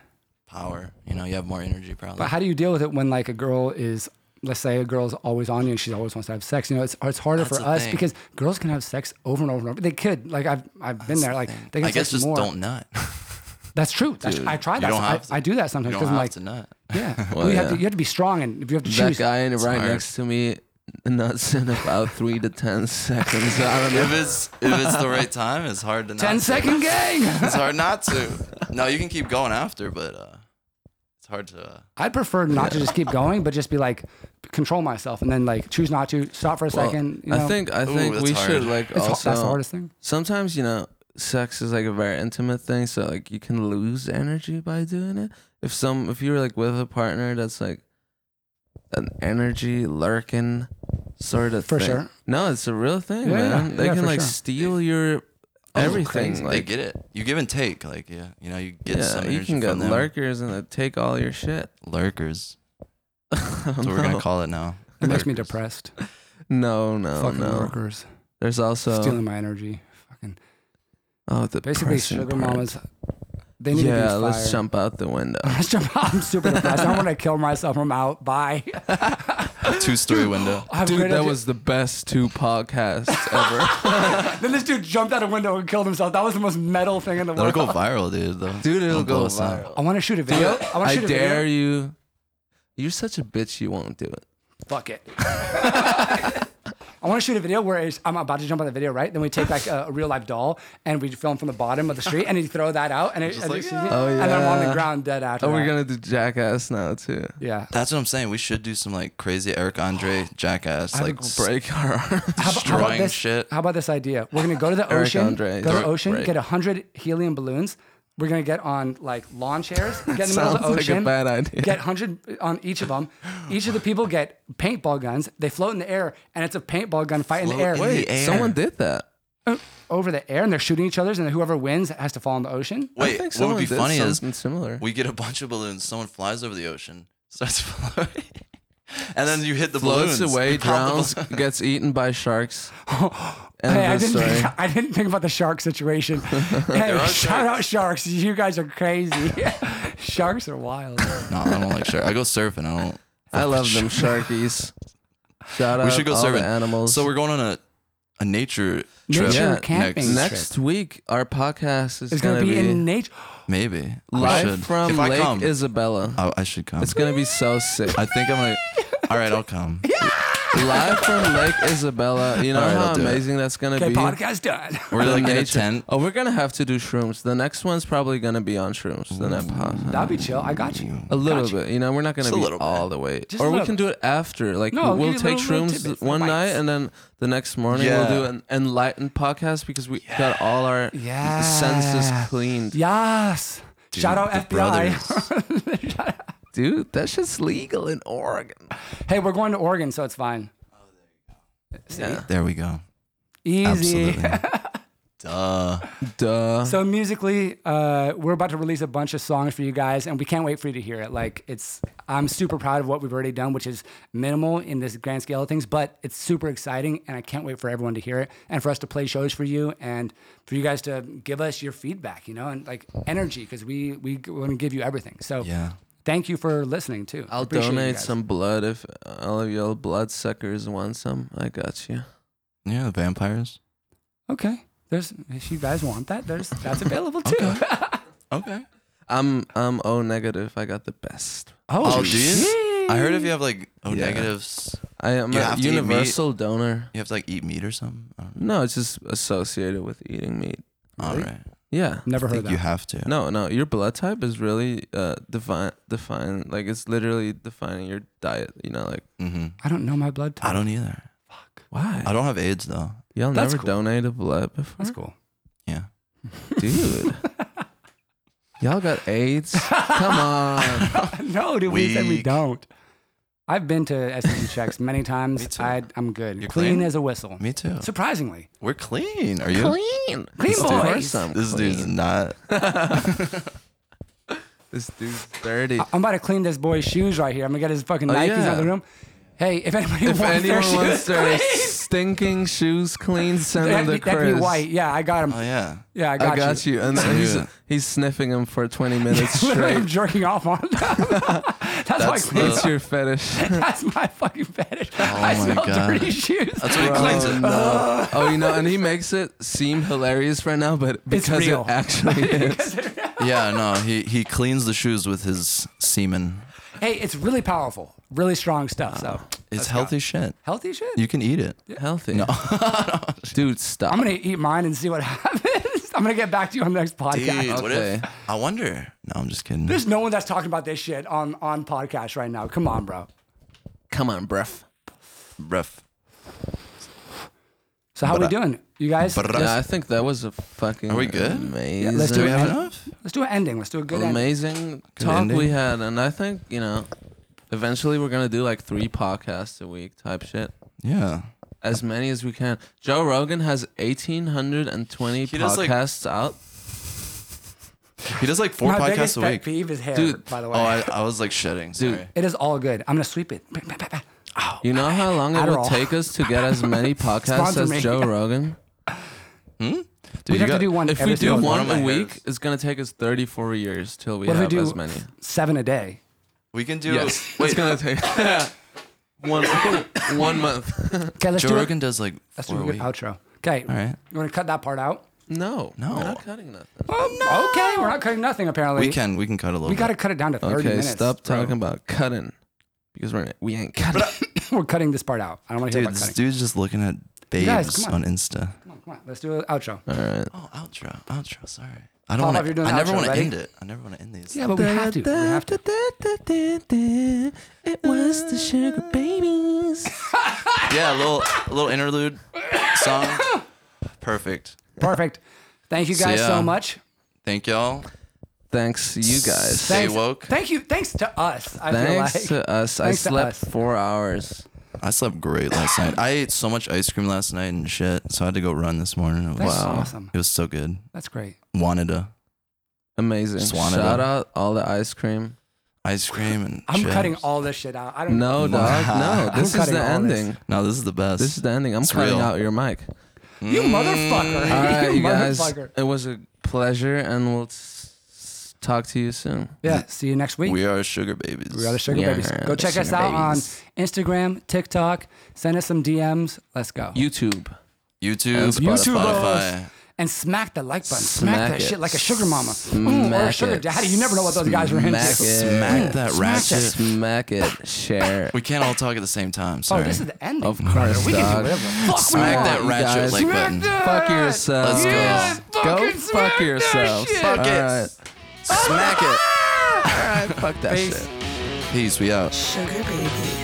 C: power. You know you have more energy probably.
D: But how do you deal with it when like a girl is let's say a girl's always on you and she always wants to have sex. You know, it's it's harder
C: That's
D: for
C: the
D: us
C: thing.
D: because girls can have sex over and over and over. They could. Like I've I've been there. Like they can
C: I
D: have
C: guess
D: sex
C: just
D: more.
C: don't nut.
D: That's true. That's
B: Dude,
D: I tried
C: you
D: that.
C: don't
D: I,
C: have to.
D: I do that sometimes
C: you don't
D: because
C: have
D: I'm like,
C: to nut.
D: yeah,
B: Well,
D: well, you, Have
B: yeah.
D: to, you have to be strong and if you have to
B: um, that
D: choose.
B: guy in right
C: hard.
B: next to me nuts in about three to ten seconds. I don't know.
C: if it's if it's the right time, it's hard to not.
D: 10
C: to.
D: second gang.
C: It's hard not to. No, you can keep going after, but uh, it's hard to. Uh,
D: I'd prefer not to just keep going, but just be like control myself and then like choose not to stop for a
B: Well,
D: second. You know?
B: I think I
C: Ooh,
B: think
C: that's
B: we should
C: hard.
B: like
D: it's,
B: also.
D: also, that's the hardest thing.
B: sometimes you know sex is like a very intimate thing so like you can lose energy by doing it if some if you're like with a partner that's like an energy lurking sort of
D: For
B: thing.
D: sure.
B: no it's a real thing
D: Yeah,
B: man
D: yeah,
B: they
D: yeah,
B: can
D: for
B: like
D: sure.
B: steal your Oh, everything
D: crazy.
B: like
C: Oh, they get it. You give and take. Like yeah, you know, you get some
B: yeah
C: energy
B: you can get
C: from them.
B: lurkers and they take all your shit
C: Lurkers.
B: I
C: That's
B: don't
C: what we're
B: know.
C: gonna call it now.
D: It makes me depressed.
B: no
C: Oh,
B: no
D: Fucking
B: no
D: workers
B: there's also
D: stealing my energy. Fucking
B: oh the
D: Basically,
B: depressing
D: sugar
B: part.
D: mamas. They need
B: yeah
D: to be
B: let's
D: fired.
B: jump out the window
D: Let's jump out. I'm super depressed. I want to kill myself. I'm out. Bye.
C: Two story window.
D: I have a
B: Dude,
D: great
B: that
D: idea.
B: was the best two podcasts ever.
D: Then this dude jumped out a window and killed himself. That was the most metal thing in the
C: That'll
D: world.
C: go viral, dude. Though.
B: Dude, it'll
C: Don't blow
B: go
C: us up.
B: viral.
D: I want to shoot a video. I want
B: I
D: to shoot a
B: dare
D: video.
B: you. You're such a bitch. You won't do it.
D: Fuck it. I want to shoot a video where it's, I'm about to jump on the video, right? Then we take like a, a real life doll and we film from the bottom of the street and you throw that out and, it, and,
C: like,
D: it's-
B: Oh,
D: and then I'm on
B: yeah.
D: the ground dead after.
B: Oh, we're
D: that.
B: gonna do jackass now too.
D: Yeah.
C: That's what I'm saying. We should do some like crazy Eric Andre jackass
B: Like
C: like s-
B: break our arms.
D: How about- how about
C: destroying
D: this-
C: shit.
D: How about this idea? We're gonna go to the
B: Eric
D: ocean.
B: Andre,
D: go to
B: Throw
D: the
B: it
D: ocean.
B: break.
D: Get hundred helium balloons. We're gonna get on like lawn chairs. Get in the middle of
B: Sounds
D: the
B: like
D: ocean.
B: a bad idea.
D: Get hundred on each of them. Each of the people get paintball guns. They float in the air, and it's a paintball gun fight in the
C: Float
D: air
C: in
B: Wait,
C: the air.
B: someone did that.
D: over the air, and they're shooting each other, and whoever wins has to fall in the ocean.
B: I
C: Wait,
B: think
C: what would
B: someone
C: be
B: did
C: funny is
B: something similar.
C: we get a bunch of balloons. Someone flies over the ocean, starts floating, and then you hit the
B: Floats
C: balloons.
B: away,
C: You pop the
B: drowns, gets eaten by sharks. End
D: Hey, I
B: of
D: didn't,
B: story.
D: think, I didn't think about the shark situation. hey, shout out sharks. You guys are crazy. sharks are wild.
C: No, I don't like shark. I go surfing. I don't.
B: I love them sharkies. Shout out
C: We should go
B: all
C: surfing.
B: the animals.
C: So we're going on a a nature trip.
D: Nature
B: Yeah,
D: camping
B: next week. Our podcast is
D: It's
B: gonna, be,
D: in nature.
C: Maybe I
B: live
C: should.
B: from
C: if I
B: Lake
C: come,
B: Isabella.
C: I, I should come.
B: It's gonna be so sick.
C: I think I'm like, all right, I'll come.
B: live from Lake Isabella. You know
C: Alright,
B: how
C: I'll do it.
B: amazing that's gonna
D: Okay,
B: be.
D: podcast done.
C: We're
B: The
C: like in a
B: nature-
C: tent.
B: Oh, we're gonna have to do shrooms. The next one's probably gonna be on shrooms. The next podcast.
D: That'd be chill. I got you.
B: A little
D: Gotcha.
B: bit, you know. We're not gonna
C: Just a
B: be
C: little bit.
B: all the way,
D: Just a
B: or we
D: little
B: can do it after. Like
D: No, I'll
B: we'll
D: give you
B: take
D: little- little
B: shrooms
D: tidbits,
B: one
D: little
B: night,
D: bites.
B: and then the next morning
C: Yeah.
B: we'll do an enlightened podcast because we got all our
D: Yeah.
B: senses cleaned.
D: Yes. Shout out
C: The
D: FBI.
C: brothers.
B: Dude, that shit's legal in Oregon.
D: Hey, we're going to Oregon, so it's fine.
B: Yeah.
C: There we go.
D: Easy.
C: Absolutely. Duh.
B: Duh.
D: So musically, uh, we're about to release a bunch of songs for you guys, and we can't wait for you to hear it. Like it's, I'm super proud of what we've already done, which is minimal in this grand scale of things, but it's super exciting, and I can't wait for everyone to hear it and for us to play shows for you and for you guys to give us your feedback, you know, and like energy because we we want to give you everything. So
C: Yeah.
D: thank you for listening too.
B: I'll
D: Appreciate you
B: donate
D: guys.
B: some blood if all of y'all bloodsuckers want some. I got you.
C: Yeah. The vampires.
D: Okay, there's if you guys want that, there's that's available too.
C: Okay.
B: I'm I'm O negative. I got the best.
C: Oh, do you? I heard if
D: shit.
C: you have like O
B: Yeah.
C: negatives,
B: I am
C: You
B: a
C: have to eat meat.
B: universal donor.
C: you have to like eat meat or something. I don't know.
B: No, it's just associated with eating meat.
C: All
B: Really?
C: right.
B: Yeah.
D: Never
C: I
D: heard
C: think you
D: that.
C: have to.
B: No, no, your blood type is really uh define define like it's literally defining your diet. You know, like
C: Mm-hmm.
D: I don't know my blood type.
C: I don't either.
B: why
C: I don't have AIDS though.
B: y'all
D: That's
B: never
D: cool.
B: donated blood before,
D: That's cool.
C: Yeah.
B: dude. y'all got AIDS? Come on.
D: no, dude, we said we
C: Weak.
D: don't. I've been to STD checks many times.
C: Me too.
D: I, I'm good.
C: You're
D: clean,
C: clean?
D: as a whistle.
C: Me too.
D: Surprisingly.
C: We're clean. Are you?
B: Clean, clean
D: This dude- boys.
C: This dude's not.
B: This dude's dirty.
D: I- I'm about to clean this boy's shoes right here. I'm going to get his fucking
B: Oh,
D: Nikes out of the
B: yeah.
D: room. Hey, if anybody
B: If
D: wants their
B: anyone
D: shoes,
B: wants their
D: clean,
B: stinking shoes clean, send them
D: that'd,
B: to
D: be, that'd be
B: Chris.
D: white. Yeah, I got him.
C: Oh yeah.
D: Yeah, I
B: I
D: got,
B: got, you. And then he's
C: Yeah.
B: he's sniffing him for 20 minutes
D: Literally, I'm
B: straight.
D: jerking off on them. That's, my
C: That's
D: clean.
B: It's your fetish.
D: That's my fucking fetish. I
C: Oh my
D: smell
C: God.
D: dirty shoes.
C: That's what he cleans
B: Oh,
C: it.
B: no. oh, you know, and he makes it seem hilarious right now, but because it
D: real.
B: actually is.
C: Yeah. No. He he cleans the shoes with his semen.
D: hey, it's really powerful, really strong stuff. So
C: It's healthy shit.
D: healthy shit.
C: You can eat it.
B: Healthy. Dude, stop.
D: I'm gonna eat mine and see what happens. I'm gonna get back to you on the next podcast.
C: what
B: if-
C: I wonder. No, I'm just kidding.
D: There's no one that's talking about this shit on on podcast right now. Come on, bro.
B: Come on, bruv.
C: Rough.
D: So how we
C: Bruh.
D: doing, you guys?
B: Yeah, I think that was a fucking
C: Are we good?
B: amazing,
D: let's
C: Do
D: do
C: we
D: it.
C: have enough?
D: Let's do an ending. Let's do a good ending.
B: amazing talk
C: ending.
B: we had. And I think, you know, eventually we're going to do like three podcasts a week type shit.
C: Yeah.
B: As many as we can. Joe Rogan has 1,820
C: He does, like-
B: podcasts out.
C: He does like four
D: My
C: podcasts
D: biggest
C: a
D: pet
C: week.
D: peeve is hair.
B: Dude.
D: by the
C: Oh,
D: way,
C: I, I was like shedding. Sorry.
B: Dude.
D: it is all good. I'm gonna sweep it. Bah, bah, bah, bah. Oh,
B: You know how long it would
D: Adderall.
B: take us to get as many podcasts
D: Sponsor
B: as
D: me.
B: Joe Rogan?
C: Dude,
D: we'd
C: you got-
D: have to do one.
B: If
D: every
B: we do
D: single
B: one
C: of my
B: a week,
C: hairs.
B: it's gonna take us 34 years till we
D: What if we
B: have
D: do
B: as many.
D: seven a day?
C: We can do.
B: it's
C: Wait.
B: gonna take one one month.
D: Okay, let's
C: Joe
D: do it.
C: Rogan does like
D: Let's do
C: four
D: a
C: a
D: good
C: week.
D: outro. Okay,
C: All right.
D: you want to cut that part out?
B: No,
C: No.
B: we're not cutting nothing.
D: Okay, we're not cutting nothing apparently.
C: We can. We can cut a little.
D: We
C: bit.
D: gotta cut it down to 30
B: Okay,
D: minutes.
B: stop
D: bro.
B: talking about cutting because we're we ain't cutting.
D: We're cutting this part out. I don't want to hear
C: Dude,
D: about
C: this
D: cutting.
C: dude's just looking at babes
D: guys, come
C: on. Insta.
D: Come on, come on. Let's do an outro.
B: All right.
C: Oh, outro, outro. Sorry, I
D: Pop
C: don't
D: off,
C: want
D: you're doing
C: to. I never
D: outro,
C: want to
D: ready?
C: end it. I never want to end these.
D: Yeah, but we have to. We have to.
B: It was the sugar babies.
C: yeah, a little, a little interlude song. Perfect.
D: Perfect. Thank you guys
C: ya.
D: so much.
C: Thank y'all.
B: Thanks, you guys.
C: Stay
D: Thanks-
C: woke.
D: Thank you. Thanks to us. I
B: Thanks
D: feel like.
B: to us.
D: Thanks to
B: I slept
D: us.
B: four hours.
C: I slept great last night. I ate so much ice cream last night and shit, so I had to go run this morning. It was,
D: That's awesome.
C: It was so good.
D: That's great.
C: Wanted to
B: Amazing.
C: Just wanted
B: Shout
C: to-
B: out all the ice cream.
C: ice cream and.
D: I'm
C: chips.
D: cutting all this shit out. I don't
B: No,
C: Nah.
B: dog. No, this is
D: cutting
B: the
D: all this.
B: ending.
C: No, this is the best.
B: This is the ending. I'm
C: It's
B: cutting
C: real.
B: out your mic.
D: You motherfucker.
B: All right,
D: you
B: you guys.
D: motherfucker.
B: It was a pleasure, and we'll s- s- talk to you soon.
D: Yeah. See you next week.
C: Mm. We are sugar babies.
D: We are the Sugar
B: We are
D: Babies.
B: the
D: Go check us
B: Sugar
D: out
B: Babies.
D: on Instagram, TikTok. Send us some DMs. Let's go.
B: YouTube.
C: YouTube,
D: YouTube
C: Spotify.
D: and smack that like button. Smack,
B: Smack
D: that
B: it.
D: shit like a sugar mama
B: Smack
D: Ooh, or a sugar
B: it.
D: daddy. You never know what those guys are into.
B: Smack it.
C: Smack that ratchet.
B: Smack it. Share.
C: We can't all talk at the same time.
D: Oh,
C: Sorry.
D: this is the ending.
B: Of course,
D: we can do
B: dog.
D: whatever. the Fuck we
C: Smack
D: want.
C: that
B: you
C: ratchet
B: guys.
C: like
B: Smack
C: button.
D: that.
B: Fuck yourself.
C: Let's go.
D: Yeah,
B: go
D: fucking smack
B: fuck
D: that
B: yourself.
D: shit.
C: Fuck it. Smack it.
D: Ah!
B: Fuck that
D: Peace.
B: shit.
C: Peace. We out.
E: Sugar babies.